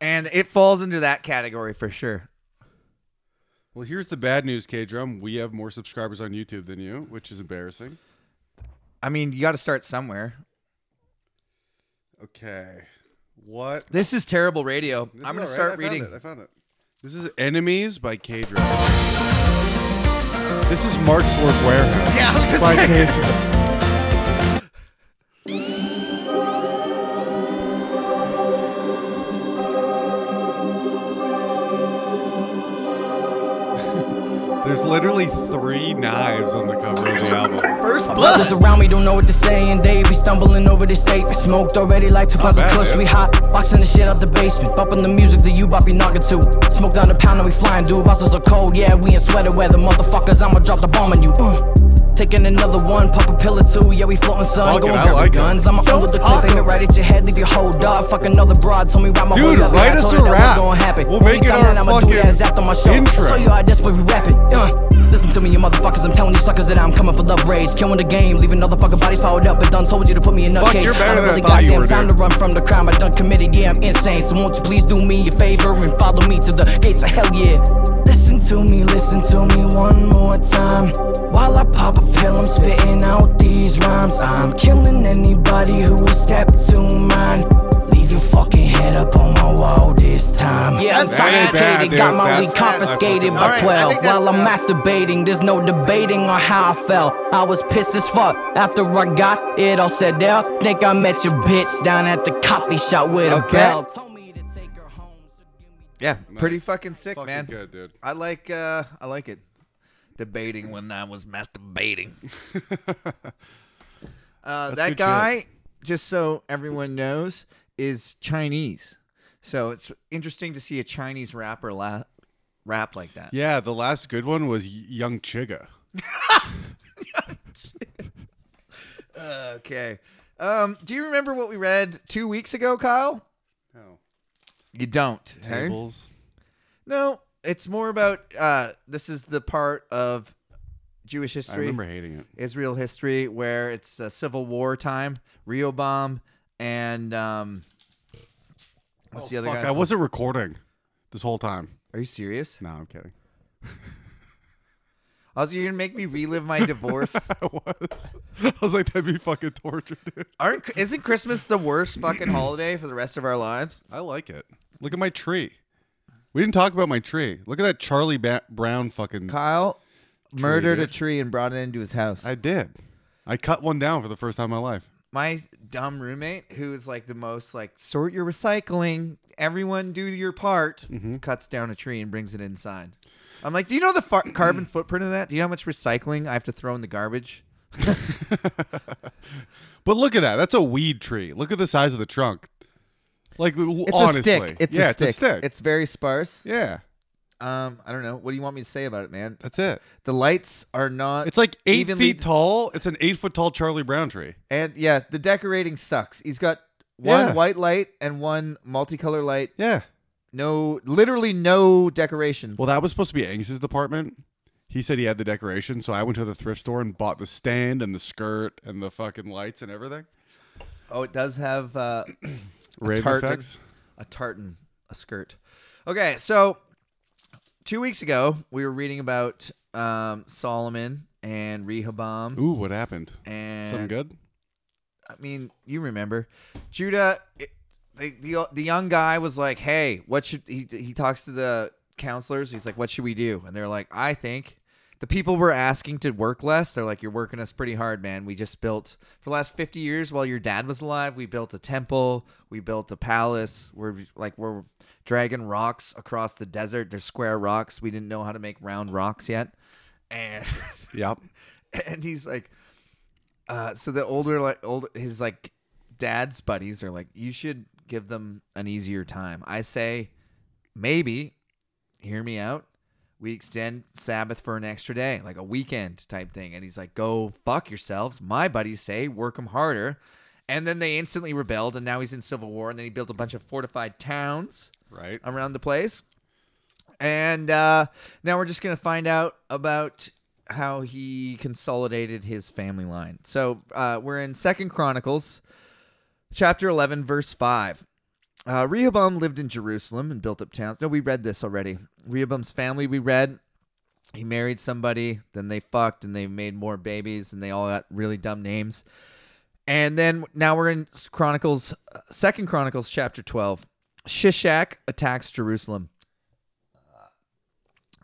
S1: and it falls into that category for sure.
S3: Well, here's the bad news, K Drum. We have more subscribers on YouTube than you, which is embarrassing.
S1: I mean, you gotta start somewhere.
S3: Okay, what?
S1: This is terrible radio.
S3: This
S1: I'm
S3: is
S1: gonna
S3: all right.
S1: start
S3: I found
S1: reading.
S3: it. I found it. This is Enemies by K Drum. This is Mark's Work Warehouse
S1: Yeah, I was just
S3: by
S1: saying.
S3: K Drum. There's literally three knives on the cover of the album.
S1: First
S5: Brothers
S1: blood.
S5: around me don't know what to say, and they be stumbling over the state. Smoked already like two pounds of
S3: bad,
S5: kush.
S3: dude.
S5: We hot, boxing the shit out the basement. Bumping the music that you bop be knocking to. Smoke down the pound and we flying, dude. Bosses are cold, yeah, we in sweater weather. Motherfuckers, I'ma drop the bomb on you. Uh. Taking another one, pop a pill or two, yeah, we floating sun.
S3: Fuck it,
S5: Going
S3: I
S5: grab
S3: like it.
S5: the guns, I'ma
S1: Don't
S5: own with the
S1: talk
S5: clip, aim it
S1: over-
S5: right at your head, leave your hold up. Fuck another broad, told me rap my
S3: Dude,
S5: way up. yeah,
S3: write
S5: I
S3: us
S5: told
S3: a
S5: her that was
S3: rap.
S5: gonna happen.
S3: We'll make it
S5: Anytime
S3: our
S5: that I'ma do
S3: fucking
S5: that is after my show.
S3: intro.
S5: Show you how that's where we rapping. Uh. Listen to me, you motherfuckers. I'm telling you suckers that I'm coming for love rage. Killing the game, leaving all the fucking bodies powered up. But done told you to put me in a
S3: Fuck,
S5: cage.
S3: you're better
S5: I
S3: than
S5: don't
S3: I
S5: really
S3: thought you
S5: goddamn
S3: were,
S5: time
S3: dude.
S5: to run from the crime. I done committed, yeah, I'm insane. So won't you please do me a favor and follow me to the gates of hell, yeah. Listen to me, listen to me one more time. While I pop a pill, I'm spitting out these rhymes. I'm killing anybody who will step to mine. Leave your fucking head up on my wall this time. Yeah, I'm
S1: That's bad,
S5: intoxicated,
S3: dude.
S5: got my weed
S3: That's-
S5: confiscated by
S1: Alright, I
S5: 12.
S1: think that's
S5: While I'm
S1: enough.
S5: masturbating, there's no debating on how I felt. I was pissed as fuck after I got it all said out. Think I met your bitch down at the coffee shop with a
S1: Okay.
S5: bell. Told me to take her home, so give me
S1: Yeah, pretty
S3: Nice.
S1: fucking sick,
S3: Fucking
S1: man.
S3: good, dude.
S1: I like uh I like it. Debating when I was masturbating. uh, that
S3: good
S1: guy, just so everyone knows, is Chinese. So it's interesting to see a Chinese rapper la- rap like that.
S3: Yeah, the last good one was Y- Young Chiga.
S1: Okay. Um, do you remember what we read two weeks ago, Kyle?
S3: Oh.
S1: You don't. hey?
S3: Tables.
S1: No, it's more about uh, this is the part of Jewish
S3: I
S1: history.
S3: remember hating it.
S1: Israel history where it's a civil war time, Rio bomb, and um, what's the other
S3: Fuck,
S1: guy?
S3: I wasn't recording this whole time.
S1: Are you serious?
S3: No, I'm kidding.
S1: I was you're gonna make me relive my divorce.
S3: I was. I was like, that'd be fucking torture, dude.
S1: Aren't isn't Christmas the worst fucking holiday for the rest of our lives?
S3: I like it. Look at my tree. We didn't talk about my tree. Look at that Charlie ba- Brown fucking.
S1: Kyle murdered a
S3: dude.
S1: tree and brought it into his house.
S3: I did. I cut one down for the first time in my life.
S1: my dumb roommate, who is like the most like sort your recycling, everyone do your part, cuts down a tree and brings it inside. I'm like, do you know the far- carbon footprint of that? Do you know how much recycling I have to throw in the garbage?
S3: But look at that. That's a weed tree. Look at the size of the trunk. Like, l-
S1: It's
S3: honestly.
S1: a stick. It's
S3: yeah,
S1: a stick.
S3: it's a stick.
S1: It's very sparse.
S3: yeah.
S1: Um, I don't know. What do you want me to say about it, man?
S3: That's it.
S1: The lights are not.
S3: It's like eight
S1: Uh, evenly-
S3: feet tall. It's an eight foot tall Charlie Brown tree.
S1: And yeah, the decorating sucks. He's got one
S3: Yeah.
S1: white light and one multicolor light.
S3: Yeah.
S1: No, literally no decorations.
S3: Well, that was supposed to be Angus's department. He said he had the decoration, so I went to the thrift store and bought the stand and the skirt and the fucking lights and everything.
S1: oh, it does have uh,
S3: Rave
S1: tartan.
S3: effects.
S1: a tartan, a skirt. Okay, so two weeks ago we were reading about um, Solomon and Rehoboam.
S3: Ooh, what happened?
S1: And
S3: Something good?
S1: I mean, you remember Judah? It, the, the the young guy was like, "Hey, what should he?" He talks to the counselors. He's like, "What should we do?" And they're like, "I think." The people were asking to work less. They're like, "You're working us pretty hard, man. We just built for the last 50 years while your dad was alive. We built a temple. We built a palace. We're like we're dragging rocks across the desert. They're square rocks. We didn't know how to make round rocks yet." And
S3: Yep.
S1: and he's like uh so the older like old his like dad's buddies are like you should give them an easier time i say maybe hear me out we extend sabbath for an extra day like a weekend type thing and he's like go fuck yourselves my buddies say work them harder and then they instantly rebelled and now he's in civil war and then he built a bunch of fortified towns
S3: Right.
S1: around the place. And uh, now we're just going to find out about how he consolidated his family line. So uh, we're in Second Chronicles, chapter 11, verse 5. Uh, Rehoboam lived in Jerusalem and built up towns. No, we read this already. Rehoboam's family, we read. He married somebody, then they fucked, and they made more babies, and they all got really dumb names. And then now we're in Chronicles, uh, Second Chronicles, chapter twelve. Shishak attacks Jerusalem. Uh,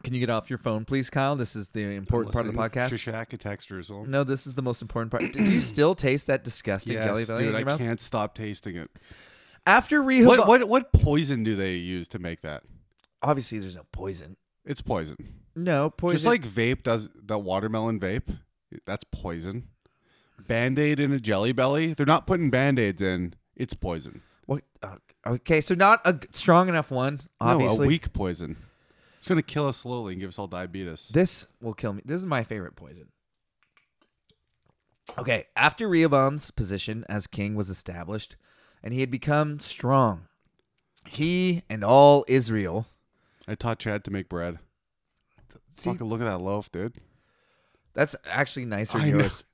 S1: Can you get off your phone, please, Kyle? This is the important part of the podcast. Mm-hmm.
S3: Shishak attacks Jerusalem.
S1: No, this is the most important part. Do you still taste that disgusting jelly
S3: Yes,
S1: belly in
S3: dude,
S1: your
S3: I
S1: mouth?
S3: can't stop tasting it.
S1: After Rehoboam,
S3: What, what what poison do they use to make that?
S1: obviously there's no poison.
S3: It's poison.
S1: No poison.
S3: Just like vape does the watermelon vape. That's poison. Band aid in a jelly belly. They're not putting band aids in. It's poison.
S1: what? uh, Okay, so not a g- strong enough one. Obviously,
S3: No, a weak poison. It's gonna kill us slowly and give us all diabetes.
S1: This will kill me. This is my favorite poison. Okay, after Rehoboam's position as king was established and he had become strong, he and all Israel.
S3: I taught Chad to make bread.
S1: See,
S3: Fucking look at that loaf, dude.
S1: that's actually nicer than
S3: I know.
S1: yours.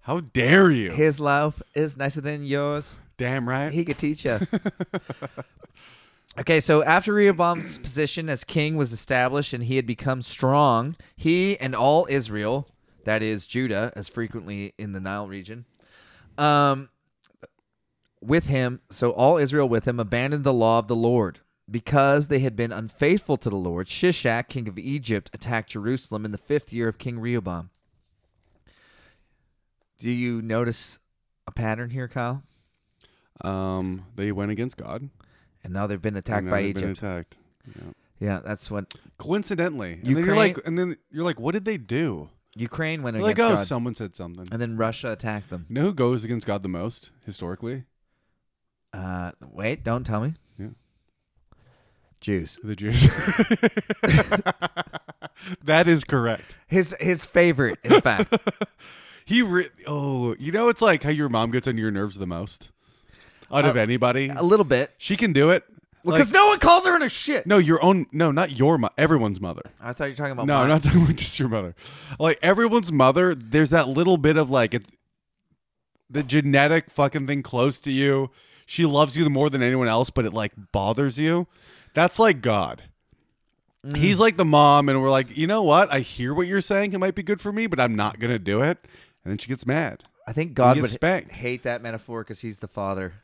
S3: How dare you?
S1: His love is nicer than yours.
S3: Damn right.
S1: He could teach you. okay, so after Rehoboam's position as king was established and he had become strong, he and all Israel, that is Judah, as frequently in the Nile region, um, with him, so all Israel with him, abandoned the law of the Lord. Because they had been unfaithful to the Lord, Shishak, king of Egypt, attacked Jerusalem in the fifth year of King Rehoboam. Do you notice a pattern here, Kyle?
S3: um, they went against God.
S1: and now they've been
S3: and
S1: attacked
S3: now
S1: by
S3: they've
S1: Egypt.
S3: Been attacked. Yeah.
S1: yeah, that's what
S3: Coincidentally, and then you're
S1: Ukraine-
S3: like, and then you're like, what did they do?
S1: Ukraine went
S3: You're
S1: against
S3: like, oh,
S1: God,
S3: someone said something.
S1: and then Russia attacked them.
S3: You know who goes against God the most historically?
S1: Uh, wait, don't tell me.
S3: Yeah.
S1: Jews.
S3: The Jews. that is correct.
S1: His his favorite, in fact.
S3: He re- oh, you know it's like how your mom gets on your nerves the most out of anybody.
S1: Uh, a little bit,
S3: she can do it.
S1: because
S3: Like-
S1: no one calls her in a shit.
S3: no, your own no, not your mo- everyone's mother.
S1: I thought you were talking about
S3: no,
S1: mine.
S3: I'm not talking about just your mother. Like everyone's mother, there's that little bit of like it, the genetic fucking thing close to you. She loves you more than anyone else, but it like bothers you. That's like God.
S1: Mm.
S3: He's like the mom, and we're like, you know what? I hear what you're saying. It might be good for me, but I'm not gonna do it. And then she gets mad.
S1: I think God
S3: You get
S1: would
S3: spanked.
S1: hate that metaphor because he's the father.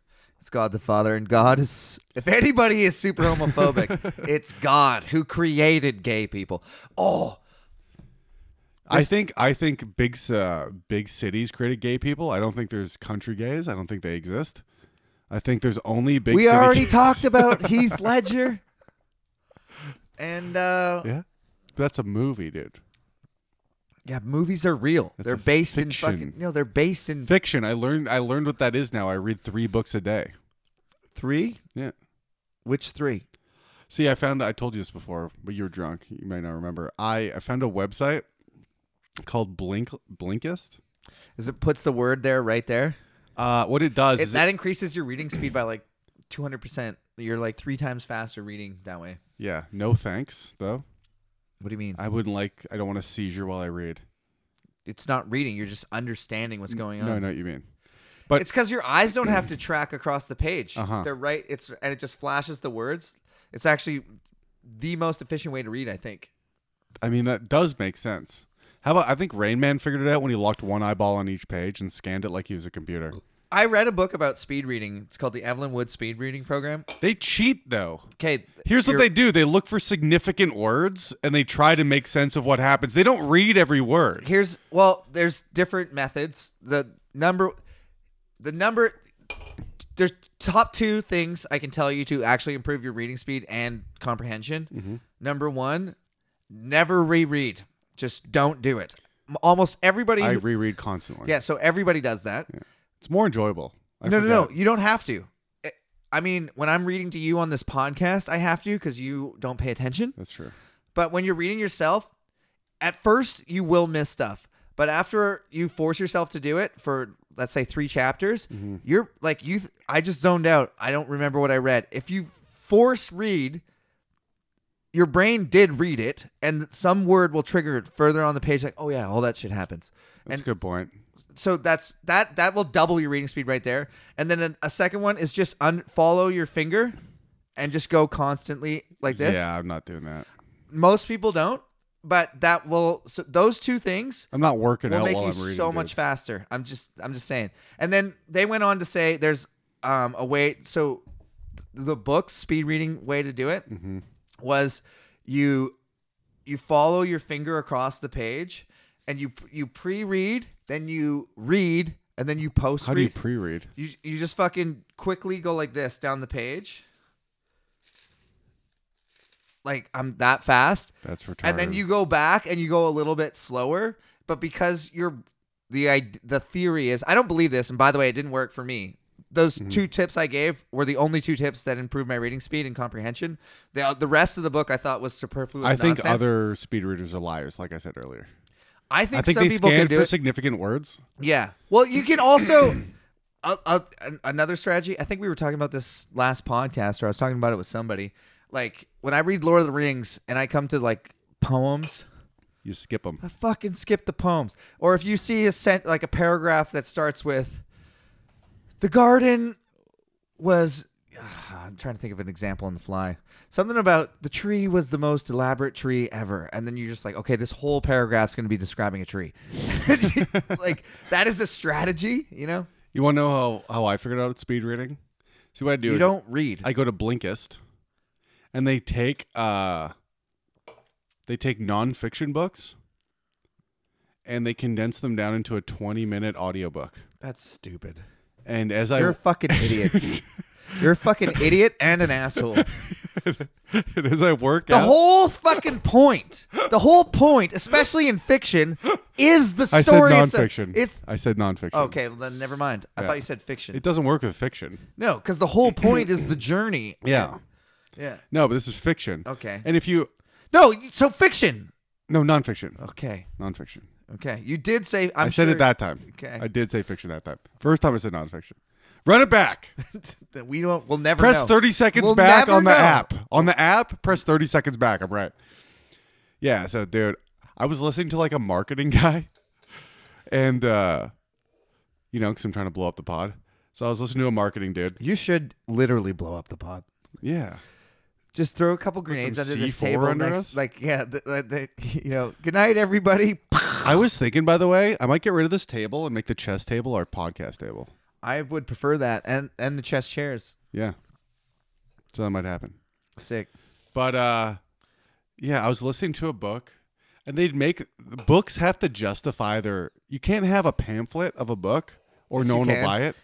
S1: It's God the Father, and God is. If anybody is super homophobic, it's God who created gay people. Oh,
S3: I think I think big c- uh, big cities created gay people. I don't think there's country gays. I don't think they exist. I think there's only big.
S1: we
S3: city
S1: already
S3: gays.
S1: talked about Heath Ledger. And uh,
S3: Yeah, that's a movie, dude.
S1: Yeah, movies are real.
S3: That's
S1: they're
S3: a
S1: based in fucking
S3: fiction.
S1: no, they're based in
S3: Fiction. I learned. I learned what that is now. I read three books a day.
S1: three.
S3: Yeah.
S1: Which three?
S3: See, I found I told you this before, but you were drunk. You might not remember. I, I found a website called Blink Blinkist.
S1: Is it puts the word there right there?
S3: Uh, what it does
S1: It,
S3: is it-
S1: that increases your reading speed by like 200%. You're like three times faster reading that way.
S3: yeah, no thanks though.
S1: What do you mean?
S3: I wouldn't like. I don't want a seizure while I read.
S1: it's not reading. You're just understanding what's going on.
S3: No, I know what you mean. But
S1: It's because your eyes don't have to track across the page.
S3: Uh-huh.
S1: They're right. It's and it just flashes the words. It's actually the most efficient way to read. I think.
S3: I mean, that does make sense. How about I think Rain Man figured it out when he locked one eyeball on each page and scanned it like he was a computer.
S1: I read a book about speed reading. It's called the Evelyn Wood Speed Reading Program.
S3: They cheat though.
S1: Okay,
S3: Here's what
S1: you're-
S3: they do. They look for significant words and they try to make sense of what happens. They don't read every word.
S1: Here's well, there's different methods. The number, the number, there's top two things I can tell you to actually improve your reading speed and comprehension.
S3: Mm-hmm.
S1: Number one, never reread. Just don't do it. M- Almost everybody.
S3: I
S1: who-
S3: reread constantly.
S1: yeah, so everybody does that.
S3: It's more enjoyable. I
S1: no, no, no.
S3: forget.
S1: You don't have to. I- I mean, when I'm reading to you on this podcast, I have to because you don't pay attention.
S3: That's true.
S1: But when you're reading yourself, at first you will miss stuff. But after you force yourself to do it for let's say 3 chapters,
S3: Mm-hmm.
S1: you're like you th- I just zoned out. I don't remember what I read. If you force read, your brain did read it and some word will trigger it further on the page like, "Oh yeah, all that shit happens."
S3: That's
S1: and
S3: a good point.
S1: so that's that that will double your reading speed right there. And then a, a second one is just unfollow your finger and just go constantly like this
S3: Yeah, I'm not doing that.
S1: most people don't but that will so those two things
S3: I'm not working
S1: will
S3: out
S1: make
S3: while
S1: you
S3: I'm reading.
S1: so
S3: dude.
S1: much faster i'm just i'm just saying and then they went on to say there's um a way so th- the book speed reading way to do it
S3: Mm-hmm.
S1: was you you follow your finger across the page and you you pre-read then you read and then you post
S3: How do you pre-read?
S1: you you just fucking quickly go like this down the page. Like I'm that fast.
S3: That's retarded.
S1: And then you go back and you go a little bit slower, but because you're the id- the theory is I don't believe this and by the way it didn't work for me. Those
S3: Mm-hmm.
S1: two tips I gave were the only two tips that improved my reading speed and comprehension. The the rest of the book I thought was superfluous.
S3: I think
S1: nonsense.
S3: other speed readers are liars, like I said earlier.
S1: I think,
S3: I think
S1: some
S3: they
S1: people can
S3: scan
S1: do
S3: for
S1: it.
S3: significant words.
S1: Yeah. Well, you can also uh, uh, an- another strategy. I think we were talking about this last podcast, or I was talking about it with somebody. Like when I read Lord of the Rings and I come to like poems,
S3: You skip them.
S1: I fucking skip the poems. Or if you see a sent like a paragraph that starts with the garden was I'm trying to think of an example on the fly. Something about the tree was the most elaborate tree ever. And then you're just like, okay, this whole paragraph's going to be describing a tree. like, that is a strategy, you know?
S3: You want to know how, how I figured out speed reading? See what I do?
S1: You
S3: is
S1: don't read.
S3: I go to Blinkist, and they take uh, they take nonfiction books, and they condense them down into a twenty-minute audiobook.
S1: That's stupid.
S3: And as
S1: You're
S3: I
S1: a fucking idiot. You're a fucking idiot and an asshole.
S3: and as I work
S1: The
S3: out,
S1: whole fucking point, the whole point, especially in fiction, is the
S3: I said
S1: story. itself.
S3: nonfiction.
S1: It's
S3: I said nonfiction.
S1: okay. Well, then never mind. I thought you said fiction.
S3: It doesn't work with fiction.
S1: no, because the whole point is the journey.
S3: Yeah.
S1: Yeah.
S3: No, but this is fiction.
S1: Okay.
S3: And if you
S1: No. So fiction.
S3: no nonfiction,
S1: Okay.
S3: nonfiction.
S1: Okay. You did say.
S3: i
S1: Oh. I'm
S3: said
S1: sure
S3: it that time.
S1: Okay.
S3: I did say fiction that time. First time I said nonfiction. Run it back.
S1: that we don't. We'll never
S3: press
S1: know.
S3: 30 seconds
S1: We'll
S3: back
S1: never
S3: on the
S1: know.
S3: app. On the app, press 30 seconds back. I'm right. Yeah, so dude, I was listening to like a marketing guy and uh you know, cuz I'm trying to blow up the pod. So I was listening to a marketing dude.
S1: You should literally blow up the pod.
S3: Yeah.
S1: Just throw a couple grenades
S3: some
S1: under this
S3: C4
S1: table
S3: under
S1: next,
S3: us?
S1: like yeah, th- th- th- you know. Good night, everybody.
S3: I was thinking by the way, I might get rid of this table and make the chess table our podcast table.
S1: I would prefer that, and and the chess chairs.
S3: Yeah. So that might happen.
S1: Sick.
S3: But uh yeah, I was listening to a book and they'd make the books have to justify their you can't have a pamphlet of a book or no
S1: you
S3: one
S1: can.
S3: will buy it.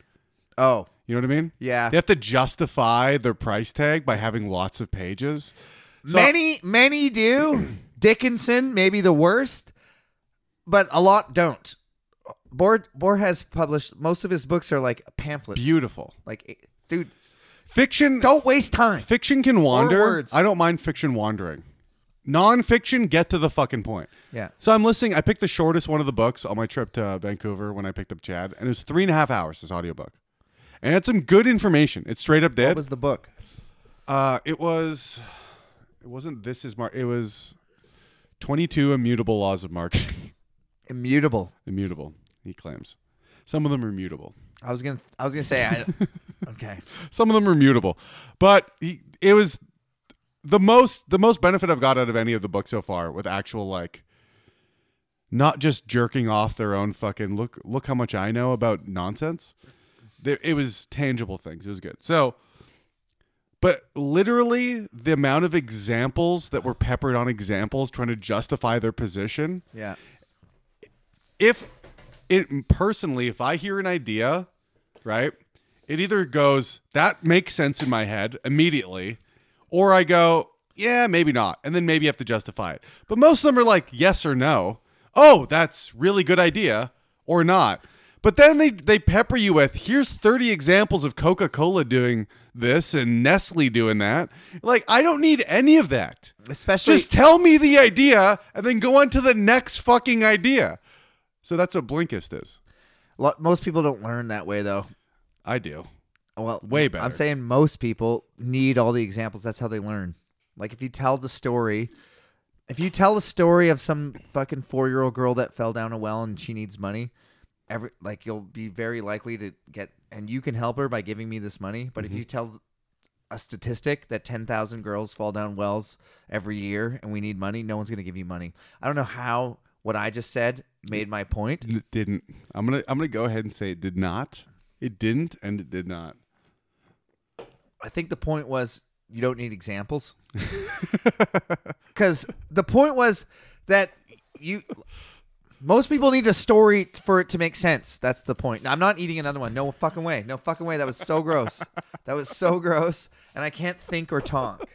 S1: Oh,
S3: You know what I mean?
S1: Yeah.
S3: They have to justify their price tag by having lots of pages. So-
S1: many many do. Dickinson maybe the worst, but a lot don't. Bor Bor has published most of his books are like pamphlets.
S3: Beautiful.
S1: like, it- dude,
S3: Fiction
S1: Don't waste time.
S3: fiction can wander.
S1: words.
S3: I don't mind fiction wandering. Nonfiction, get to the fucking point.
S1: Yeah.
S3: So I'm listening. I picked the shortest one of the books on my trip to Vancouver when I picked up Chad, and it was three and a half hours. This audiobook, and it had some good information. It's straight up dead.
S1: What was the book?
S3: Uh, it was. It wasn't. This is Mark. It was. Twenty-two immutable laws of marketing.
S1: Immutable.
S3: immutable. He claims. Some of them are mutable.
S1: I was gonna. I was gonna say. I, okay.
S3: Some of them are mutable, but he, it was the most the most benefit I've got out of any of the book so far with actual like not just jerking off their own fucking look look how much I know about nonsense. There- It was tangible things. It was good. So but literally the amount of examples that were peppered on examples trying to justify their position
S1: Yeah.
S3: if it personally, if I hear an idea, right, it either goes that makes sense in my head immediately, or I go yeah, maybe not, and then maybe you have to justify it. But most of them are like yes or no. Oh, that's really good idea or not. But then they they pepper you with here's 30 examples of Coca-Cola doing this and Nestle doing that. Like I don't need any of that.
S1: Especially.
S3: Just tell me the idea and then go on to the next fucking idea. So that's what Blinkist is.
S1: lo- most people don't learn that way though.
S3: I do.
S1: Well,
S3: Way better.
S1: I'm saying most people need all the examples. That's how they learn. Like if you tell the story, if you tell the story of some fucking four year old girl that fell down a well and she needs money, every like you'll be very likely to get, and you can help her by giving me this money. But
S3: Mm-hmm.
S1: if you tell a statistic that ten thousand girls fall down wells every year and we need money, no one's gonna give you money. I don't know how what I just said made my point.
S3: It didn't. I'm gonna I'm gonna go ahead and say it did not. It didn't and it did not.
S1: I think the point was you don't need examples. Because the point was that you most people need a story for it to make sense. That's the point. I'm not eating another one. No fucking way. No fucking way. That was so gross. that was so gross. And I can't think or talk.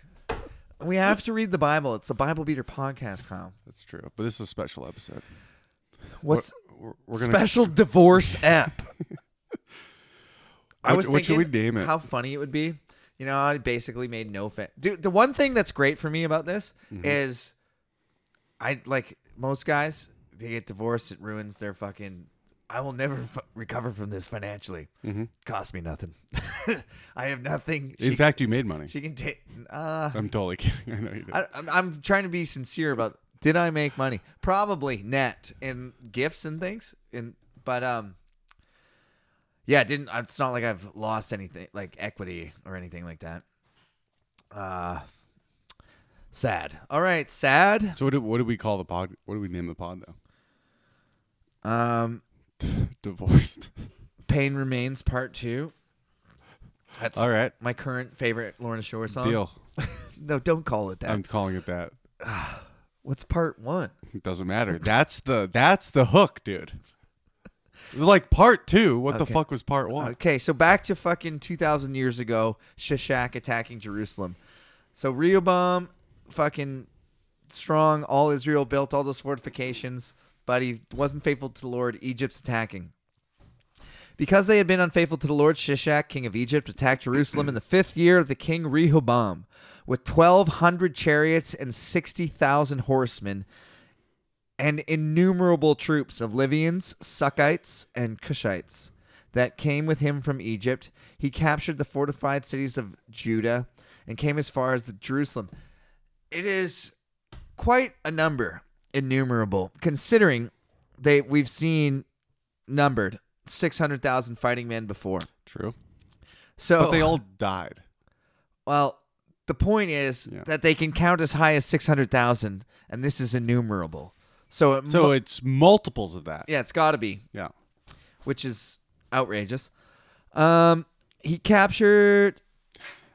S1: We have to read the Bible. It's the Bible Beater podcast, Kyle.
S3: That's true. But this is a special episode.
S1: What's
S3: We're, we're gonna
S1: special divorce app? I
S3: What-
S1: was
S3: what should we
S1: thinking
S3: name it?
S1: How funny it would be. You know, I basically made no fit. Dude, the one thing that's great for me about this
S3: Mm-hmm.
S1: is I like most guys, they get divorced, it ruins their fucking I will never f- recover from this financially. Cost me nothing. I have nothing.
S3: Mm-hmm. In
S1: she,
S3: fact, you made money.
S1: she can take uh
S3: I'm totally kidding. I know you did.
S1: I, I'm, I'm trying to be sincere about did I make money? Probably net in gifts and things. And but um, yeah, it didn't. It's not like I've lost anything like equity or anything like that. Uh, sad. All right, sad.
S3: so what do, what do we call the pod? What do we name the pod though?
S1: Um,
S3: Divorced.
S1: pain remains part two. That's
S3: All right.
S1: My current favorite Lorna Shore song.
S3: Deal.
S1: No, don't call it that.
S3: I'm calling it that.
S1: What's part one?
S3: It doesn't matter. That's the that's the hook, dude. Like part two. What the
S1: Okay.
S3: fuck was part one?
S1: Okay, so back to fucking 2,000 years ago, Shishak attacking Jerusalem. So Rehoboam, fucking strong, all Israel built all those fortifications, but he wasn't faithful to the Lord. Egypt's attacking. Because they had been unfaithful to the Lord, Shishak, king of Egypt, attacked Jerusalem in the fifth year of the king Rehoboam with 1,200 chariots and 60,000 horsemen and innumerable troops of Libyans, Succites, and Cushites that came with him from Egypt. He captured the fortified cities of Judah and came as far as the Jerusalem. It is quite a number, innumerable, considering they we've seen numbered 600,000 fighting men before.
S3: True.
S1: So
S3: But they all died.
S1: well, the point is
S3: Yeah.
S1: that they can count as high as 600,000 and this is innumerable. So it
S3: So
S1: mu-
S3: it's multiples of that.
S1: yeah, it's got to be.
S3: Yeah.
S1: which is outrageous. Um, he captured.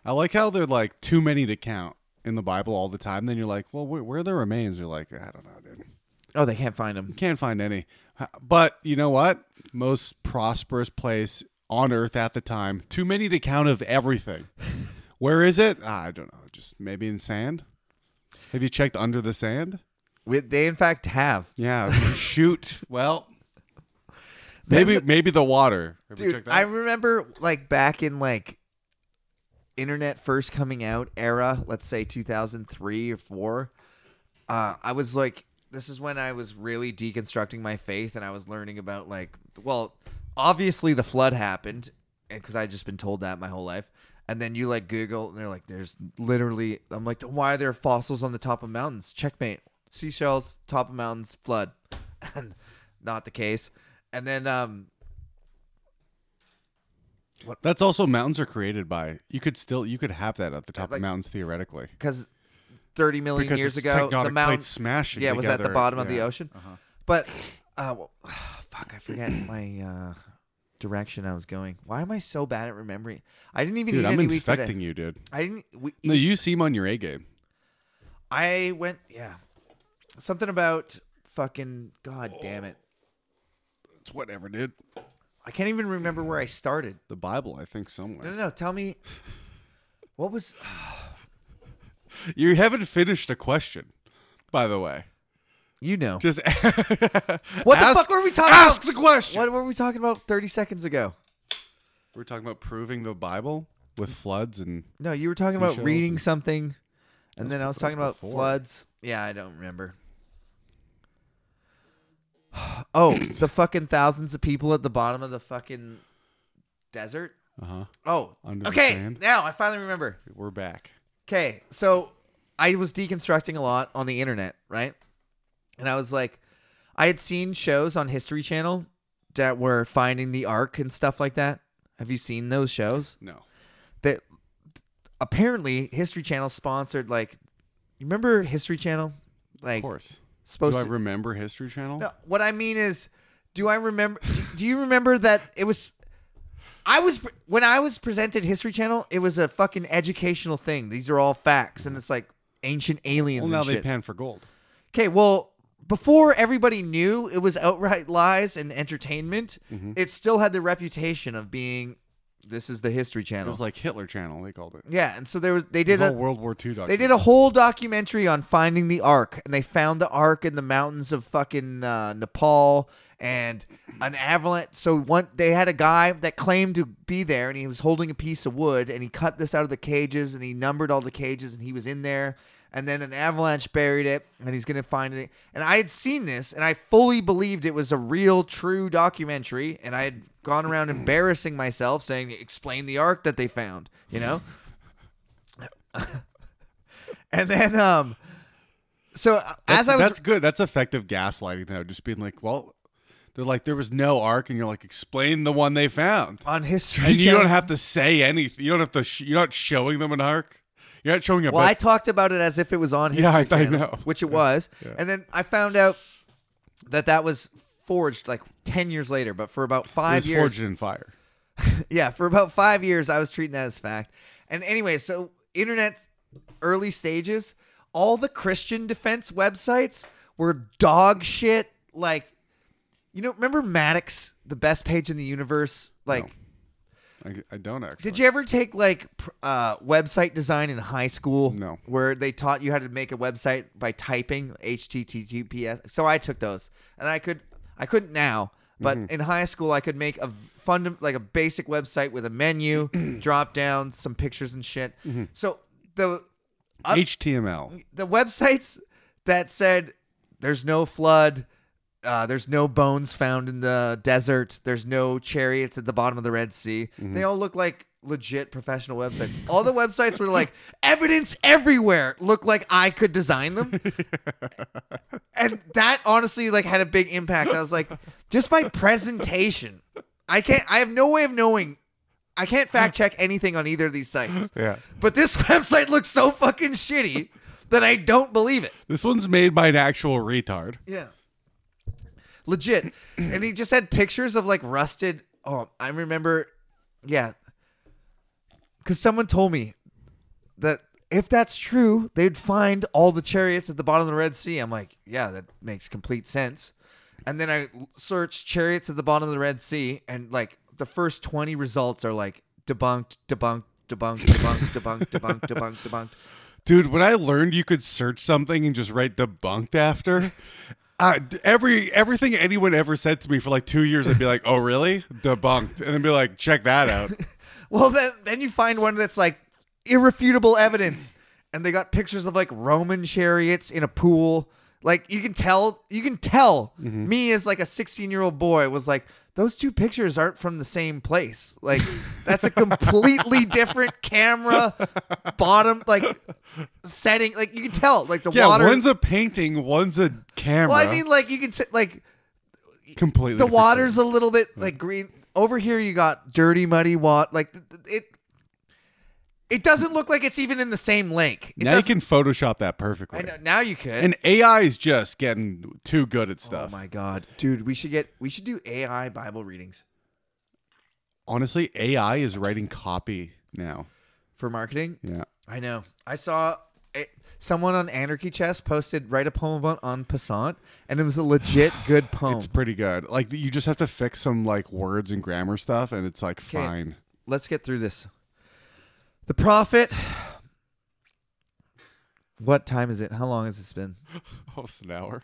S3: I like how they're like too many to count in the Bible all the time. Then you're like, well, where, where are the remains? You're like, I don't know, dude.
S1: Oh, they can't find him.
S3: Can't find any. But you know what? Most prosperous place on earth at the time. Too many to count of everything. where is it? Ah, I don't know. Just maybe in sand. Have you checked under the sand?
S1: We, they, in fact, have.
S3: Yeah. Shoot. Well, maybe maybe the water. Have you
S1: Dude,
S3: checked that?
S1: I remember like back in like internet first coming out era, let's say 2003 or 4, uh, I was like, this is when I was really deconstructing my faith and I was learning about, like, well, obviously the flood happened because I'd just been told that my whole life. And then you like Google and they're like, there's literally, I'm like, then why are there fossils on the top of mountains? Checkmate. Seashells, top of mountains, flood. And not the case. And then, um,
S3: That's also mountains are created by. You could still you could have that at the top
S1: Like-
S3: of mountains theoretically.
S1: because 30 million
S3: Because
S1: years
S3: it's
S1: ago
S3: tectonic
S1: the mountain
S3: plates smashing
S1: yeah it was at the
S3: together,
S1: bottom of the
S3: yeah. Uh-huh.
S1: ocean but uh well, fuck i forget my uh direction i was going why am i so bad at remembering i didn't even
S3: Dude,
S1: eat
S3: I'm
S1: any wheat today
S3: infecting you, dude.
S1: i didn't we,
S3: No, you seem on your A game.
S1: i went yeah something about fucking god damn it
S3: It's whatever, dude.
S1: i can't even remember where i started
S3: The Bible, I think
S1: no no
S3: somewhere.
S1: no tell me what was
S3: You haven't finished a question, by the way.
S1: you know
S3: Just
S1: what the
S3: ask-
S1: fuck were we talking
S3: Ask
S1: about
S3: the question.
S1: what were we talking about 30 seconds ago
S3: We're talking about proving the Bible with floods and
S1: No, you were talking about
S3: Seashells
S1: reading
S3: and-
S1: something, and then I was
S3: that was
S1: talking about
S3: before.
S1: floods. Yeah, I don't remember. Oh, the fucking thousands of people at the bottom of the fucking desert.
S3: uh huh.
S1: Oh,
S3: Under the
S1: okay.
S3: sand?
S1: Now I finally remember.
S3: We're back.
S1: Okay, so I was deconstructing a lot on the internet, right? And I was like, I had seen shows on History Channel that were finding the Ark and stuff like that. Have you seen those shows?
S3: No.
S1: that apparently History Channel sponsored like you remember History Channel? Like
S3: Of course.
S1: supposed
S3: Do I
S1: to
S3: remember History Channel?
S1: No, what I mean is do I remember do, do you remember that it was I was when I was presented History Channel, it was a fucking educational thing. These are all facts and it's like ancient
S3: Well,
S1: aliens
S3: now
S1: and
S3: they
S1: shit.
S3: pan for gold.
S1: Okay, well, before everybody knew it was outright lies and entertainment,
S3: Mm-hmm.
S1: it still had the reputation of being this is the History
S3: It
S1: Channel.
S3: was like Hitler Channel. They called it.
S1: yeah, and so there was they
S3: It was
S1: did
S3: all
S1: a,
S3: World War II.
S1: They did a whole documentary on finding the Ark, and they found the Ark in the mountains of fucking uh, Nepal and an avalanche. So one, they had a guy that claimed to be there, and he was holding a piece of wood, and he cut this out of the cages, and he numbered all the cages, and he was in there. And then an avalanche buried it, and he's gonna find it. And I had seen this, and I fully believed it was a real, true documentary. And I had gone around embarrassing myself, saying, "Explain the ark that they found," you know. And then, um, so uh,
S3: That's,
S1: as I was,
S3: that's good. That's effective gaslighting, though. Just being like, well, they're like, there was no arc, and you're like, explain the one they found,
S1: on history,
S3: and you
S1: Channel-
S3: don't have to say anything. You don't have to. Sh- you're not showing them an arc. You're not showing a.
S1: Well, I
S3: bit-
S1: talked about it as if it was on History
S3: Yeah, I- I
S1: Channel,
S3: know.
S1: which it was,
S3: Yeah.
S1: and then I found out that that was forged like ten years later. But for about
S3: it
S1: five
S3: was
S1: years,
S3: forged in fire.
S1: yeah, for about five years, I was treating that as fact. And anyway, so internet early stages, all the Christian defense websites were dog shit. Like, you know, remember Maddox, the best page in the universe? Like,
S3: I, I don't actually.
S1: Did you ever take like pr- uh, website design in high school?
S3: No.
S1: Where they taught you how to make a website by typing HTTPS. So I took those, and I could I couldn't now, but in high school I could make a fund like a basic website with a menu, drop down, some pictures and shit. So the
S3: HTML.
S1: the websites that said there's no flood, uh, there's no bones found in the desert, there's no chariots at the bottom of the Red Sea. They all look like legit professional websites. all the websites were like evidence everywhere. Looked like I could design them, and that honestly like had a big impact. I was like, just my presentation. I can't. I have no way of knowing. I can't fact check anything on either of these sites.
S3: Yeah.
S1: But this website looks so fucking shitty that I don't believe it.
S3: This one's made by an actual retard.
S1: Yeah. Legit. and he just had pictures of like rusted. Oh, I remember. Yeah. Because someone told me that if that's true, they'd find all the chariots at the bottom of the Red Sea. I'm like, yeah, that makes complete sense. And then I l- searched chariots at the bottom of the Red Sea, and like the first 20 results are like debunked, debunked, debunked, debunked, debunked, debunked, debunked, debunked.
S3: Dude, when I learned you could search something and just write debunked after, uh, d- every everything anyone ever said to me for like two years, I'd be like, "Oh, really? Debunked," and then be like, "Check that out."
S1: Well, then then you find one that's like irrefutable evidence. And they got pictures of like Roman chariots in a pool. Like you can tell, you can tell
S3: Mm-hmm.
S1: me as like a 16 year old boy was like, those two pictures aren't from the same place. Like that's a completely different camera bottom like setting. Like you can tell, like the
S3: Yeah,
S1: water.
S3: one's a painting, one's a camera.
S1: well, I mean, like you can t- like
S3: completely.
S1: the
S3: different
S1: water's
S3: thing.
S1: a little bit like green over here you got dirty muddy water like th- th- it it doesn't look like it's even in the same lake it
S3: now you
S1: doesn't-
S3: can Photoshop that perfectly.
S1: I know, now you could
S3: And AI is just getting too good at
S1: oh
S3: stuff.
S1: my god dude we should get we should do ai bible readings
S3: Honestly, AI is writing copy now.
S1: for marketing
S3: Yeah.
S1: i know i saw it, someone on anarchy chess posted write a poem on, on passant and it was a legit good poem
S3: It's pretty good. Like you just have to fix some like words and grammar stuff and it's like
S1: Okay.
S3: fine.
S1: let's get through this the prophet what time is it how long has this been
S3: Almost an hour.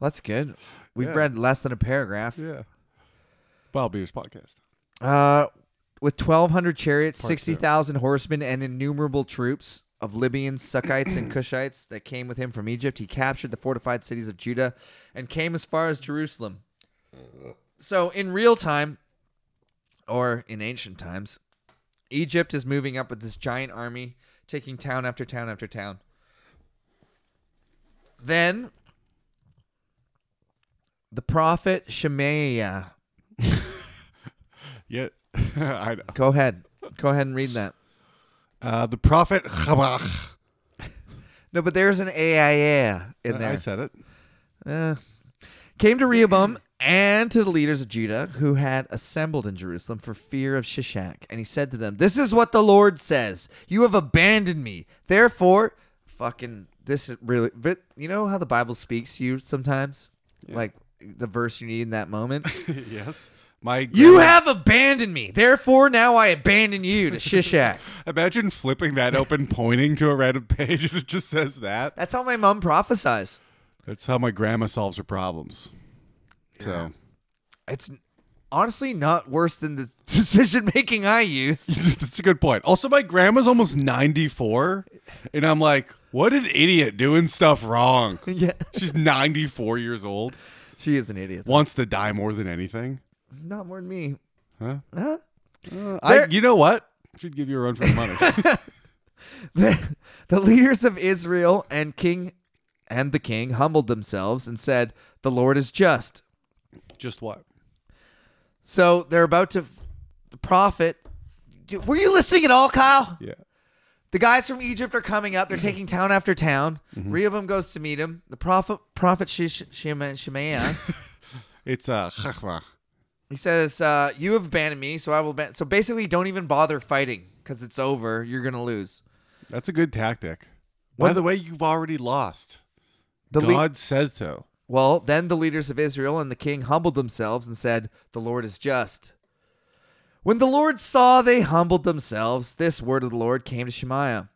S1: Well, that's good. We've
S3: Yeah.
S1: read less than a paragraph.
S3: Yeah. Bob Beers podcast.
S1: Uh, with 1,200 chariots,
S3: Part two.
S1: 60,000 horsemen, and innumerable troops of Libyans, Succites, and Cushites that came with him from Egypt, he captured the fortified cities of Judah and came as far as Jerusalem. So, in real time, or in ancient times, Egypt is moving up with this giant army, taking town after town after town. Then the prophet Shemaiah
S3: Yeah. I know.
S1: Go ahead. Go ahead and read that.
S3: Uh, the prophet Chabach.
S1: No, but there's an AIA in
S3: Uh, I
S1: there.
S3: said it.
S1: Eh. Came to Rehoboam and to the leaders of Judah who had assembled in Jerusalem for fear of Shishak. And he said to them, This is what the Lord says. You have abandoned me. Therefore, fucking, this is really, but you know how the Bible speaks to you sometimes? Like the verse you need in that moment?
S3: yes. My
S1: you
S3: grandma-
S1: have abandoned me. Therefore, now I abandon you to Shishak.
S3: Imagine flipping that open, pointing to a random page, and it just says that.
S1: That's how my mom prophesies.
S3: That's how my grandma solves her problems. So
S1: it's honestly not worse than the decision making I use.
S3: that's a good point. Also, my grandma's almost 94, and I'm like, what an idiot doing stuff wrong.
S1: yeah,
S3: She's 94 years old,
S1: she is an idiot.
S3: wants to die more than anything.
S1: Not more than me.
S3: Huh?
S1: Huh?
S3: I,
S1: There-
S3: you know what? She'd give you a run for your money.
S1: The, the leaders of Israel and king and the king humbled themselves and said, "The Lord is just."
S3: just what?
S1: So they're about to the prophet. Were you listening at all, Kyle?
S3: Yeah.
S1: The guys from Egypt are coming up. They're taking town after town. Rehoboam goes to meet him. The prophet, prophet Shish- Shema- Shemaiah,
S3: It's uh, Chachma.
S1: He says, uh, "You have abandoned me, so I will." Ban-. So basically, don't even bother fighting because it's over. You're gonna lose.
S3: That's a good tactic. By
S1: What-
S3: the way, you've already lost.
S1: The lea-
S3: God says so.
S1: well, then the leaders of Israel and the king humbled themselves and said, "The Lord is just." When the Lord saw they humbled themselves, this word of the Lord came to Shemaiah: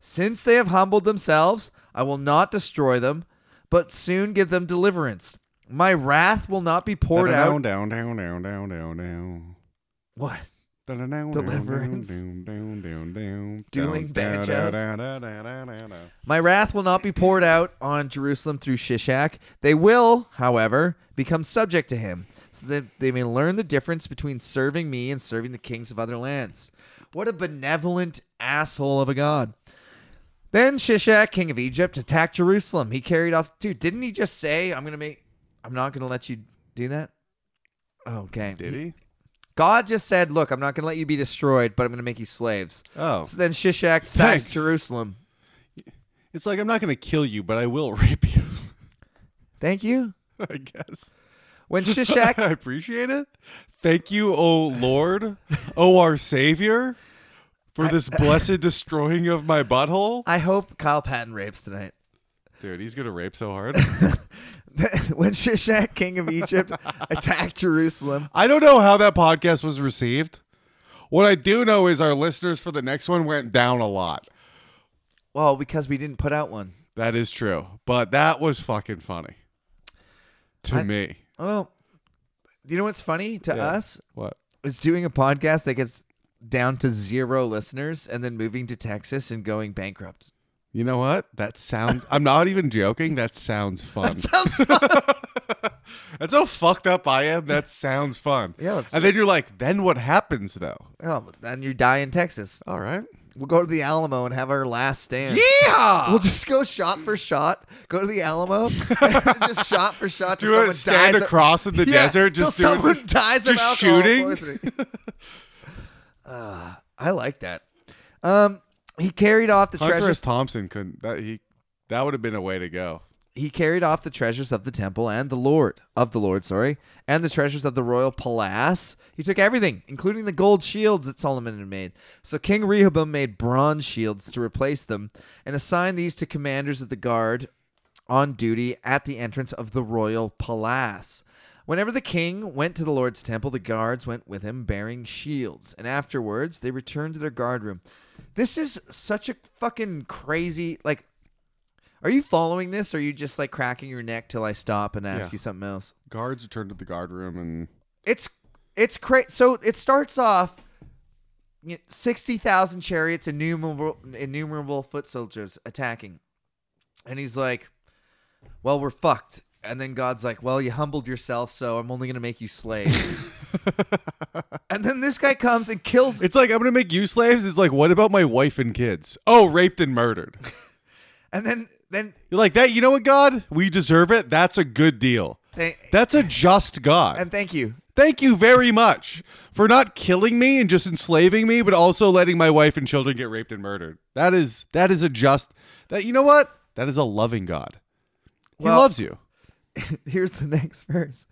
S1: "Since they have humbled themselves, I will not destroy them, but soon give them deliverance. My wrath will not be poured
S3: down,
S1: out."
S3: down, down, down, down, down, down.
S1: What? Deliverance.
S3: Deliverance.
S1: Dueling
S3: Dueling
S1: banjos. My wrath will not be poured out on Jerusalem through Shishak. They will, however, become subject to him, so that they may learn the difference between serving me and serving the kings of other lands. What a benevolent asshole of a god. Then Shishak, king of Egypt, attacked Jerusalem. He carried off. Dude, didn't he just say, I'm going to make. I'm not going to let you do that? Okay.
S3: Did he?
S1: God just said, Look, I'm not going to let you be destroyed, but I'm going to make you slaves.
S3: Oh.
S1: So then Shishak sacks
S3: Thanks.
S1: Jerusalem.
S3: It's like, I'm not going to kill you, but I will rape you,
S1: Thank you.
S3: I guess.
S1: When Shishak
S3: I appreciate it. Thank you, O Lord, O our Savior, for this blessed destroying of my butthole.
S1: I hope Kyle Patton rapes tonight.
S3: Dude, he's going to rape so hard.
S1: when Shishak, king of Egypt, attacked Jerusalem,
S3: I don't know how that podcast was received. What I do know is our listeners for the next one went down a lot.
S1: well, because we didn't put out one.
S3: That is true. But that was fucking funny to
S1: I-
S3: me.
S1: Well, you know what's funny to
S3: Yeah.
S1: us
S3: What?
S1: is doing a podcast that gets down to zero listeners and then moving to Texas and going bankrupt.
S3: You know what? That sounds. I'm not even joking. That sounds fun.
S1: Sounds fun.
S3: That's how fucked up I am. That sounds fun.
S1: Yeah, let's
S3: and
S1: do
S3: then you're like, then what happens though?
S1: oh, and you die in Texas.
S3: All right.
S1: We'll go to the Alamo and have our last stand.
S3: Yeah.
S1: We'll just go shot for shot. Go to the Alamo, and just shot for shot. till
S3: do
S1: someone
S3: it. Stand
S1: dies of-
S3: across in the
S1: Yeah,
S3: desert.
S1: till
S3: Just doing-
S1: someone dies of
S3: just
S1: alcohol
S3: shooting?
S1: poisoning. Ah, I like that. Um, he carried off the
S3: Hunter
S1: treasures.
S3: S. Thompson couldn't. That he. That would have been a way to go.
S1: he carried off the treasures of the temple and the Lord of the Lord, sorry, and the treasures of the royal palace. He took everything, including the gold shields that Solomon had made. So King Rehoboam made bronze shields to replace them and assigned these to commanders of the guard on duty at the entrance of the royal palace. Whenever the king went to the Lord's temple, the guards went with him bearing shields, and afterwards they returned to their guard room. This is such a fucking crazy like are you following this? Or are you just like cracking your neck till I stop and ask
S3: Yeah.
S1: you something else?
S3: Guards returned to the guard room and
S1: It's it's crazy. So it starts off you know, sixty thousand chariots, innumerable innumerable foot soldiers attacking, and he's like, "Well, we're fucked." And then God's like, "Well, you humbled yourself, so I'm only gonna make you slaves." and then this guy comes and kills
S3: it's like I'm gonna make you slaves. It's like what about my wife and kids? Oh, raped and murdered.
S1: and then then
S3: You're like that. You know what, God? We deserve it. That's a good deal.
S1: they,
S3: That's a just God.
S1: and thank you.
S3: Thank you very much for not killing me and just enslaving me, but also letting my wife and children get raped and murdered. That is that is a just that you know what? That is a loving God. He
S1: Well-
S3: loves you.
S1: here's the next verse.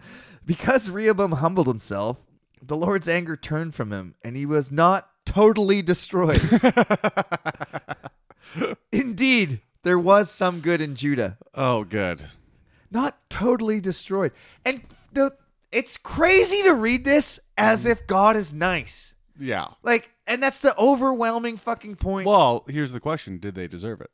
S1: Because Rehoboam humbled himself, the Lord's anger turned from him, and he was not totally destroyed. Indeed, there was some good in Judah.
S3: Oh, good.
S1: Not totally destroyed. And the it's crazy to read this as if God is nice.
S3: Yeah.
S1: Like, and that's the overwhelming fucking point.
S3: Well, here's the question: Did they deserve it?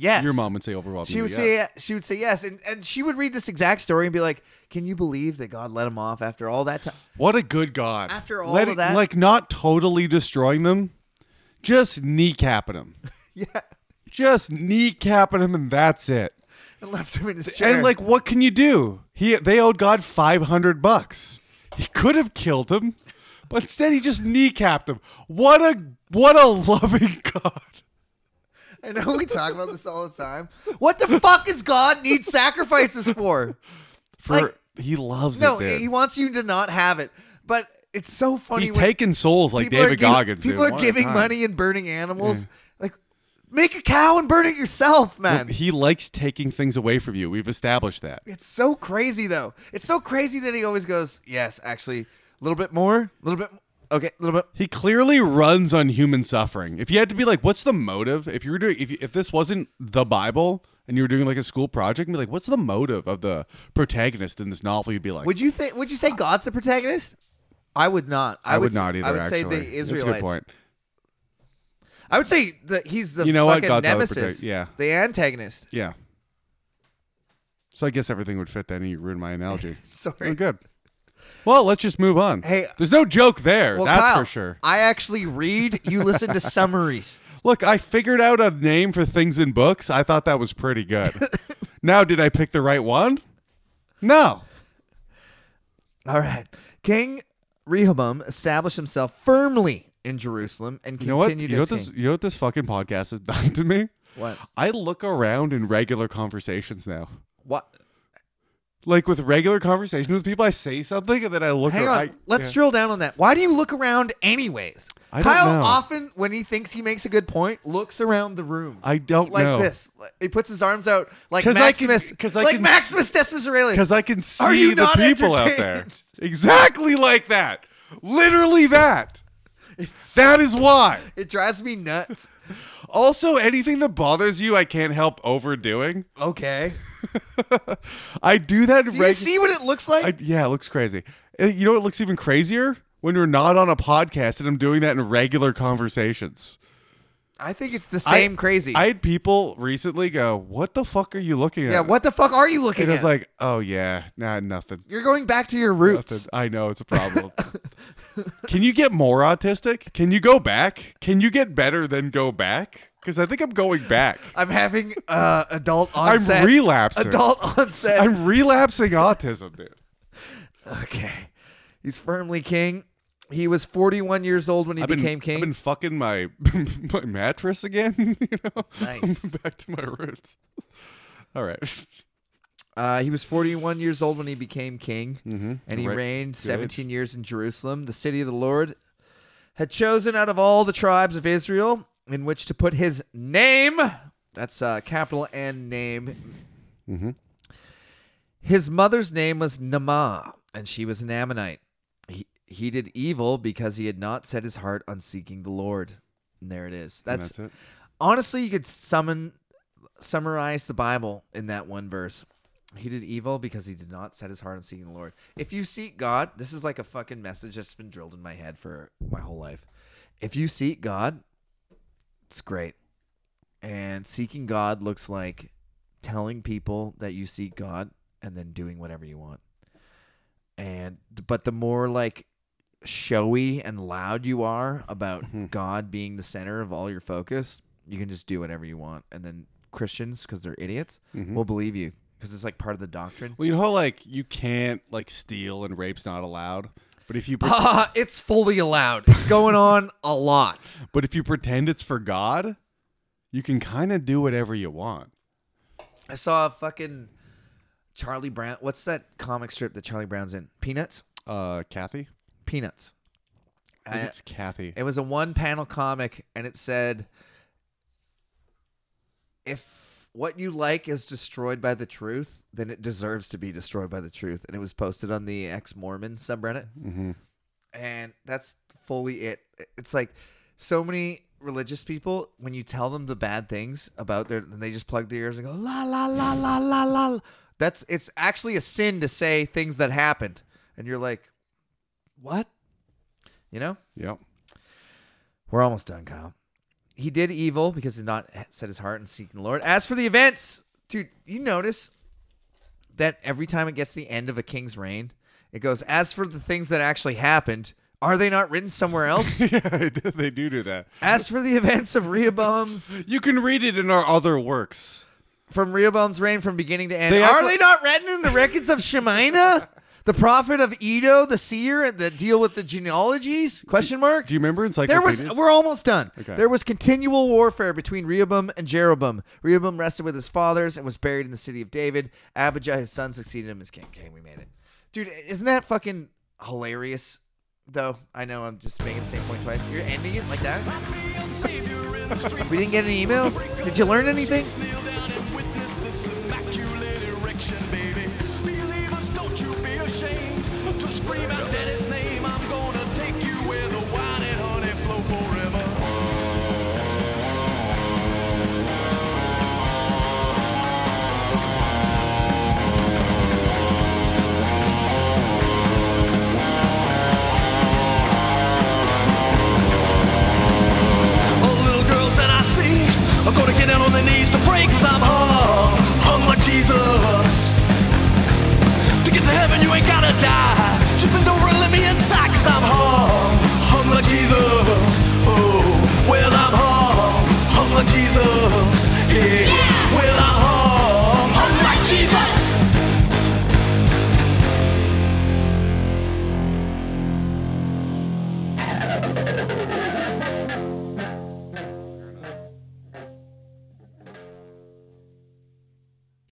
S1: yes.
S3: Your mom would say overwhelmingly.
S1: She would
S3: yes.
S1: say she would say yes, and, and she would read this exact story and be like, "Can you believe that God let him off after all that time?"
S3: What a good God!
S1: After all
S3: Let
S1: of
S3: it-
S1: that-
S3: like not totally destroying them, just kneecapping them,
S1: Yeah,
S3: just kneecapping them, and that's it.
S1: and left him in his chair.
S3: And like, what can you do? He they owed God five hundred bucks. He could have killed him, but instead he just kneecapped him. What a what a loving God.
S1: I know we talk about this all the time. What the fuck is God need sacrifices for?
S3: For
S1: Like-
S3: he loves
S1: No,
S3: it. dude.
S1: he wants you to not have it, but it's so funny.
S3: He's
S1: when
S3: taking souls like
S1: people are
S3: David
S1: giving-
S3: Goggins.
S1: People
S3: dude.
S1: are
S3: What a
S1: giving
S3: time.
S1: money and burning animals. Like, make a cow and burn it yourself, man.
S3: He likes taking things away from you. We've established that.
S1: It's so crazy though. It's so crazy that he always goes, "Yes, actually, a little bit more, a little bit, okay, a little bit."
S3: He clearly runs on human suffering. If you had to be like, what's the motive? If you were doing, if, you- if this wasn't the Bible and you were doing like a school project, and be like, what's the motive of the protagonist in this novel? You'd be like,
S1: Would you think? Would you say God's the protagonist? I would not.
S3: I, would
S1: s-
S3: not either.
S1: I would
S3: actually.
S1: say the Israelites.
S3: That's a good point.
S1: I would say that he's the
S3: You know what?
S1: fucking
S3: God's out of
S1: nemesis,
S3: protect- yeah.
S1: the antagonist.
S3: Yeah. So I guess everything would fit then. and You ruined my analogy.
S1: Sorry.
S3: Oh, good. Well, let's just move on.
S1: Hey- uh,
S3: there's no joke there.
S1: Well,
S3: that's
S1: Kyle,
S3: for sure.
S1: I actually read. You listen to summaries.
S3: Look, I figured out a name for things in books. I thought that was pretty good. now, did I pick the right one? No.
S1: All right. King Rehoboam established himself firmly in Jerusalem and
S3: You know what?
S1: continued
S3: You know what,
S1: as
S3: this,
S1: king.
S3: you know what this fucking podcast has done to me?
S1: What?
S3: I look around in regular conversations now.
S1: What?
S3: Like with regular conversations with people, I say something and then I look
S1: Hang on.
S3: around. I-
S1: Let's
S3: yeah.
S1: drill down on that. Why do you look around anyways?
S3: I don't
S1: Kyle
S3: know.
S1: often, when he thinks he makes a good point, looks around the room.
S3: I don't
S1: like
S3: know.
S1: this. Like- He puts his arms out like
S3: 'Cause I can-
S1: Maximus.
S3: 'cause I
S1: like
S3: can s-
S1: Maximus Decimus Aurelius.
S3: because I can see
S1: Are you
S3: the
S1: not
S3: people out there.
S1: entertained?
S3: Exactly like that. Literally that.
S1: It's-
S3: That is why.
S1: it drives me nuts.
S3: Also, anything that bothers you, I can't help overdoing.
S1: Okay.
S3: I do that.
S1: Do you see what it looks like?
S3: I, yeah, it looks crazy. Uh, You know what looks even crazier when you're not on a podcast and I'm doing that in regular conversations.
S1: I think it's the
S3: I-
S1: same crazy.
S3: I had people recently go, "What the fuck are you looking at?"
S1: yeah, what the fuck are you looking
S3: And
S1: at?
S3: I was like, "Oh yeah, nah, nothing."
S1: You're going back to your roots.
S3: Nothing. I know it's a problem. Can you get more autistic? Can you go back? Can you get better than go back? Because I think I'm going back.
S1: I'm having uh, adult
S3: I'm
S1: onset.
S3: relapsing.
S1: Adult onset.
S3: I'm relapsing autism, dude.
S1: okay. He's firmly king. He was 41 years old when he
S3: I've been,
S1: became
S3: I've
S1: king.
S3: been fucking my my mattress again. You know,
S1: Nice.
S3: I'm back to my roots. All right,
S1: Uh, he was 41 years old when he became king, and he
S3: Mm-hmm. Right.
S1: reigned
S3: Good.
S1: 17 years in Jerusalem, the city of the Lord had chosen out of all the tribes of Israel in which to put his name. That's uh, capital and name.
S3: Mm-hmm.
S1: His mother's name was Naamah, and she was an Ammonite. He, he did evil because he had not set his heart on seeking the Lord. And there it is.
S3: And
S1: That's,
S3: that's it.
S1: honestly you could summon summarize the bible in that one verse he did evil because he did not set his heart on seeking the lord if you seek god this is like a fucking message that's been drilled in my head for my whole life if you seek god it's great and seeking god looks like telling people that you seek god and then doing whatever you want and but the more like showy and loud you are about God being the center of all your focus, you can just do whatever you want. And then Christians, because they're idiots, will believe you because it's like part of the doctrine.
S3: Well, you know, how, like you can't like steal and rape's not allowed. But if you pre-
S1: Ah, it's fully allowed. It's going on a lot.
S3: but if you pretend it's for God, you can kind of do whatever you want.
S1: I saw a fucking Charlie Brown. What's that comic strip that Charlie Brown's in? Peanuts.
S3: Uh, Kathy,
S1: Peanuts.
S3: I uh, think
S1: I-
S3: it's Kathy.
S1: It was a one panel comic and it said if what you like is destroyed by the truth, then it deserves to be destroyed by the truth. And it was posted on the ex Mormon subreddit. And that's fully it. It's like so many religious people, when you tell them the bad things about their, and they just plug their ears and go, la, la, la, la, la, la. That's, it's actually a sin to say things that happened. And you're like, what? You know?
S3: Yep.
S1: We're almost done, Kyle. He did evil because he did not set his heart in seeking the Lord. As for the events, dude, you notice that every time it gets to the end of a king's reign, it goes, as for the things that actually happened, are they not written somewhere else?
S3: yeah, they do- they do do that.
S1: as for the events of Rehoboam's,
S3: You can read it in our other works.
S1: from Rehoboam's reign from beginning to end,
S3: They
S1: are
S3: actually-
S1: they not written in the records of Shemina? The prophet of Edo, the seer, and the deal with the genealogies? Question mark.
S3: Do you remember
S1: There was
S3: encyclopedias?
S1: we're almost done.
S3: Okay.
S1: There was continual warfare between Rehoboam and Jeroboam. Rehoboam rested with his fathers and was buried in the city of David. Abijah, his son, succeeded him as king. Okay, we made it. Dude, isn't that fucking hilarious? Though I know I'm just making the same point twice. You're ending it like that? We didn't get any emails? Did you learn anything?
S2: Kneel down and witness this immaculate erection, baby. Believers, don't you be ashamed to scream out Daddy's name. I'm gonna take you where the wine and honey flow forever. All the little girls that I see are gonna get down on their knees to pray cause I'm hung, hung like Jesus. To get to heaven, you ain't gotta die. Just bend over and let me inside cause I'm hung, hung like Jesus. Oh, well, I'm hung, hung like Jesus. Yeah, well, I'm hung.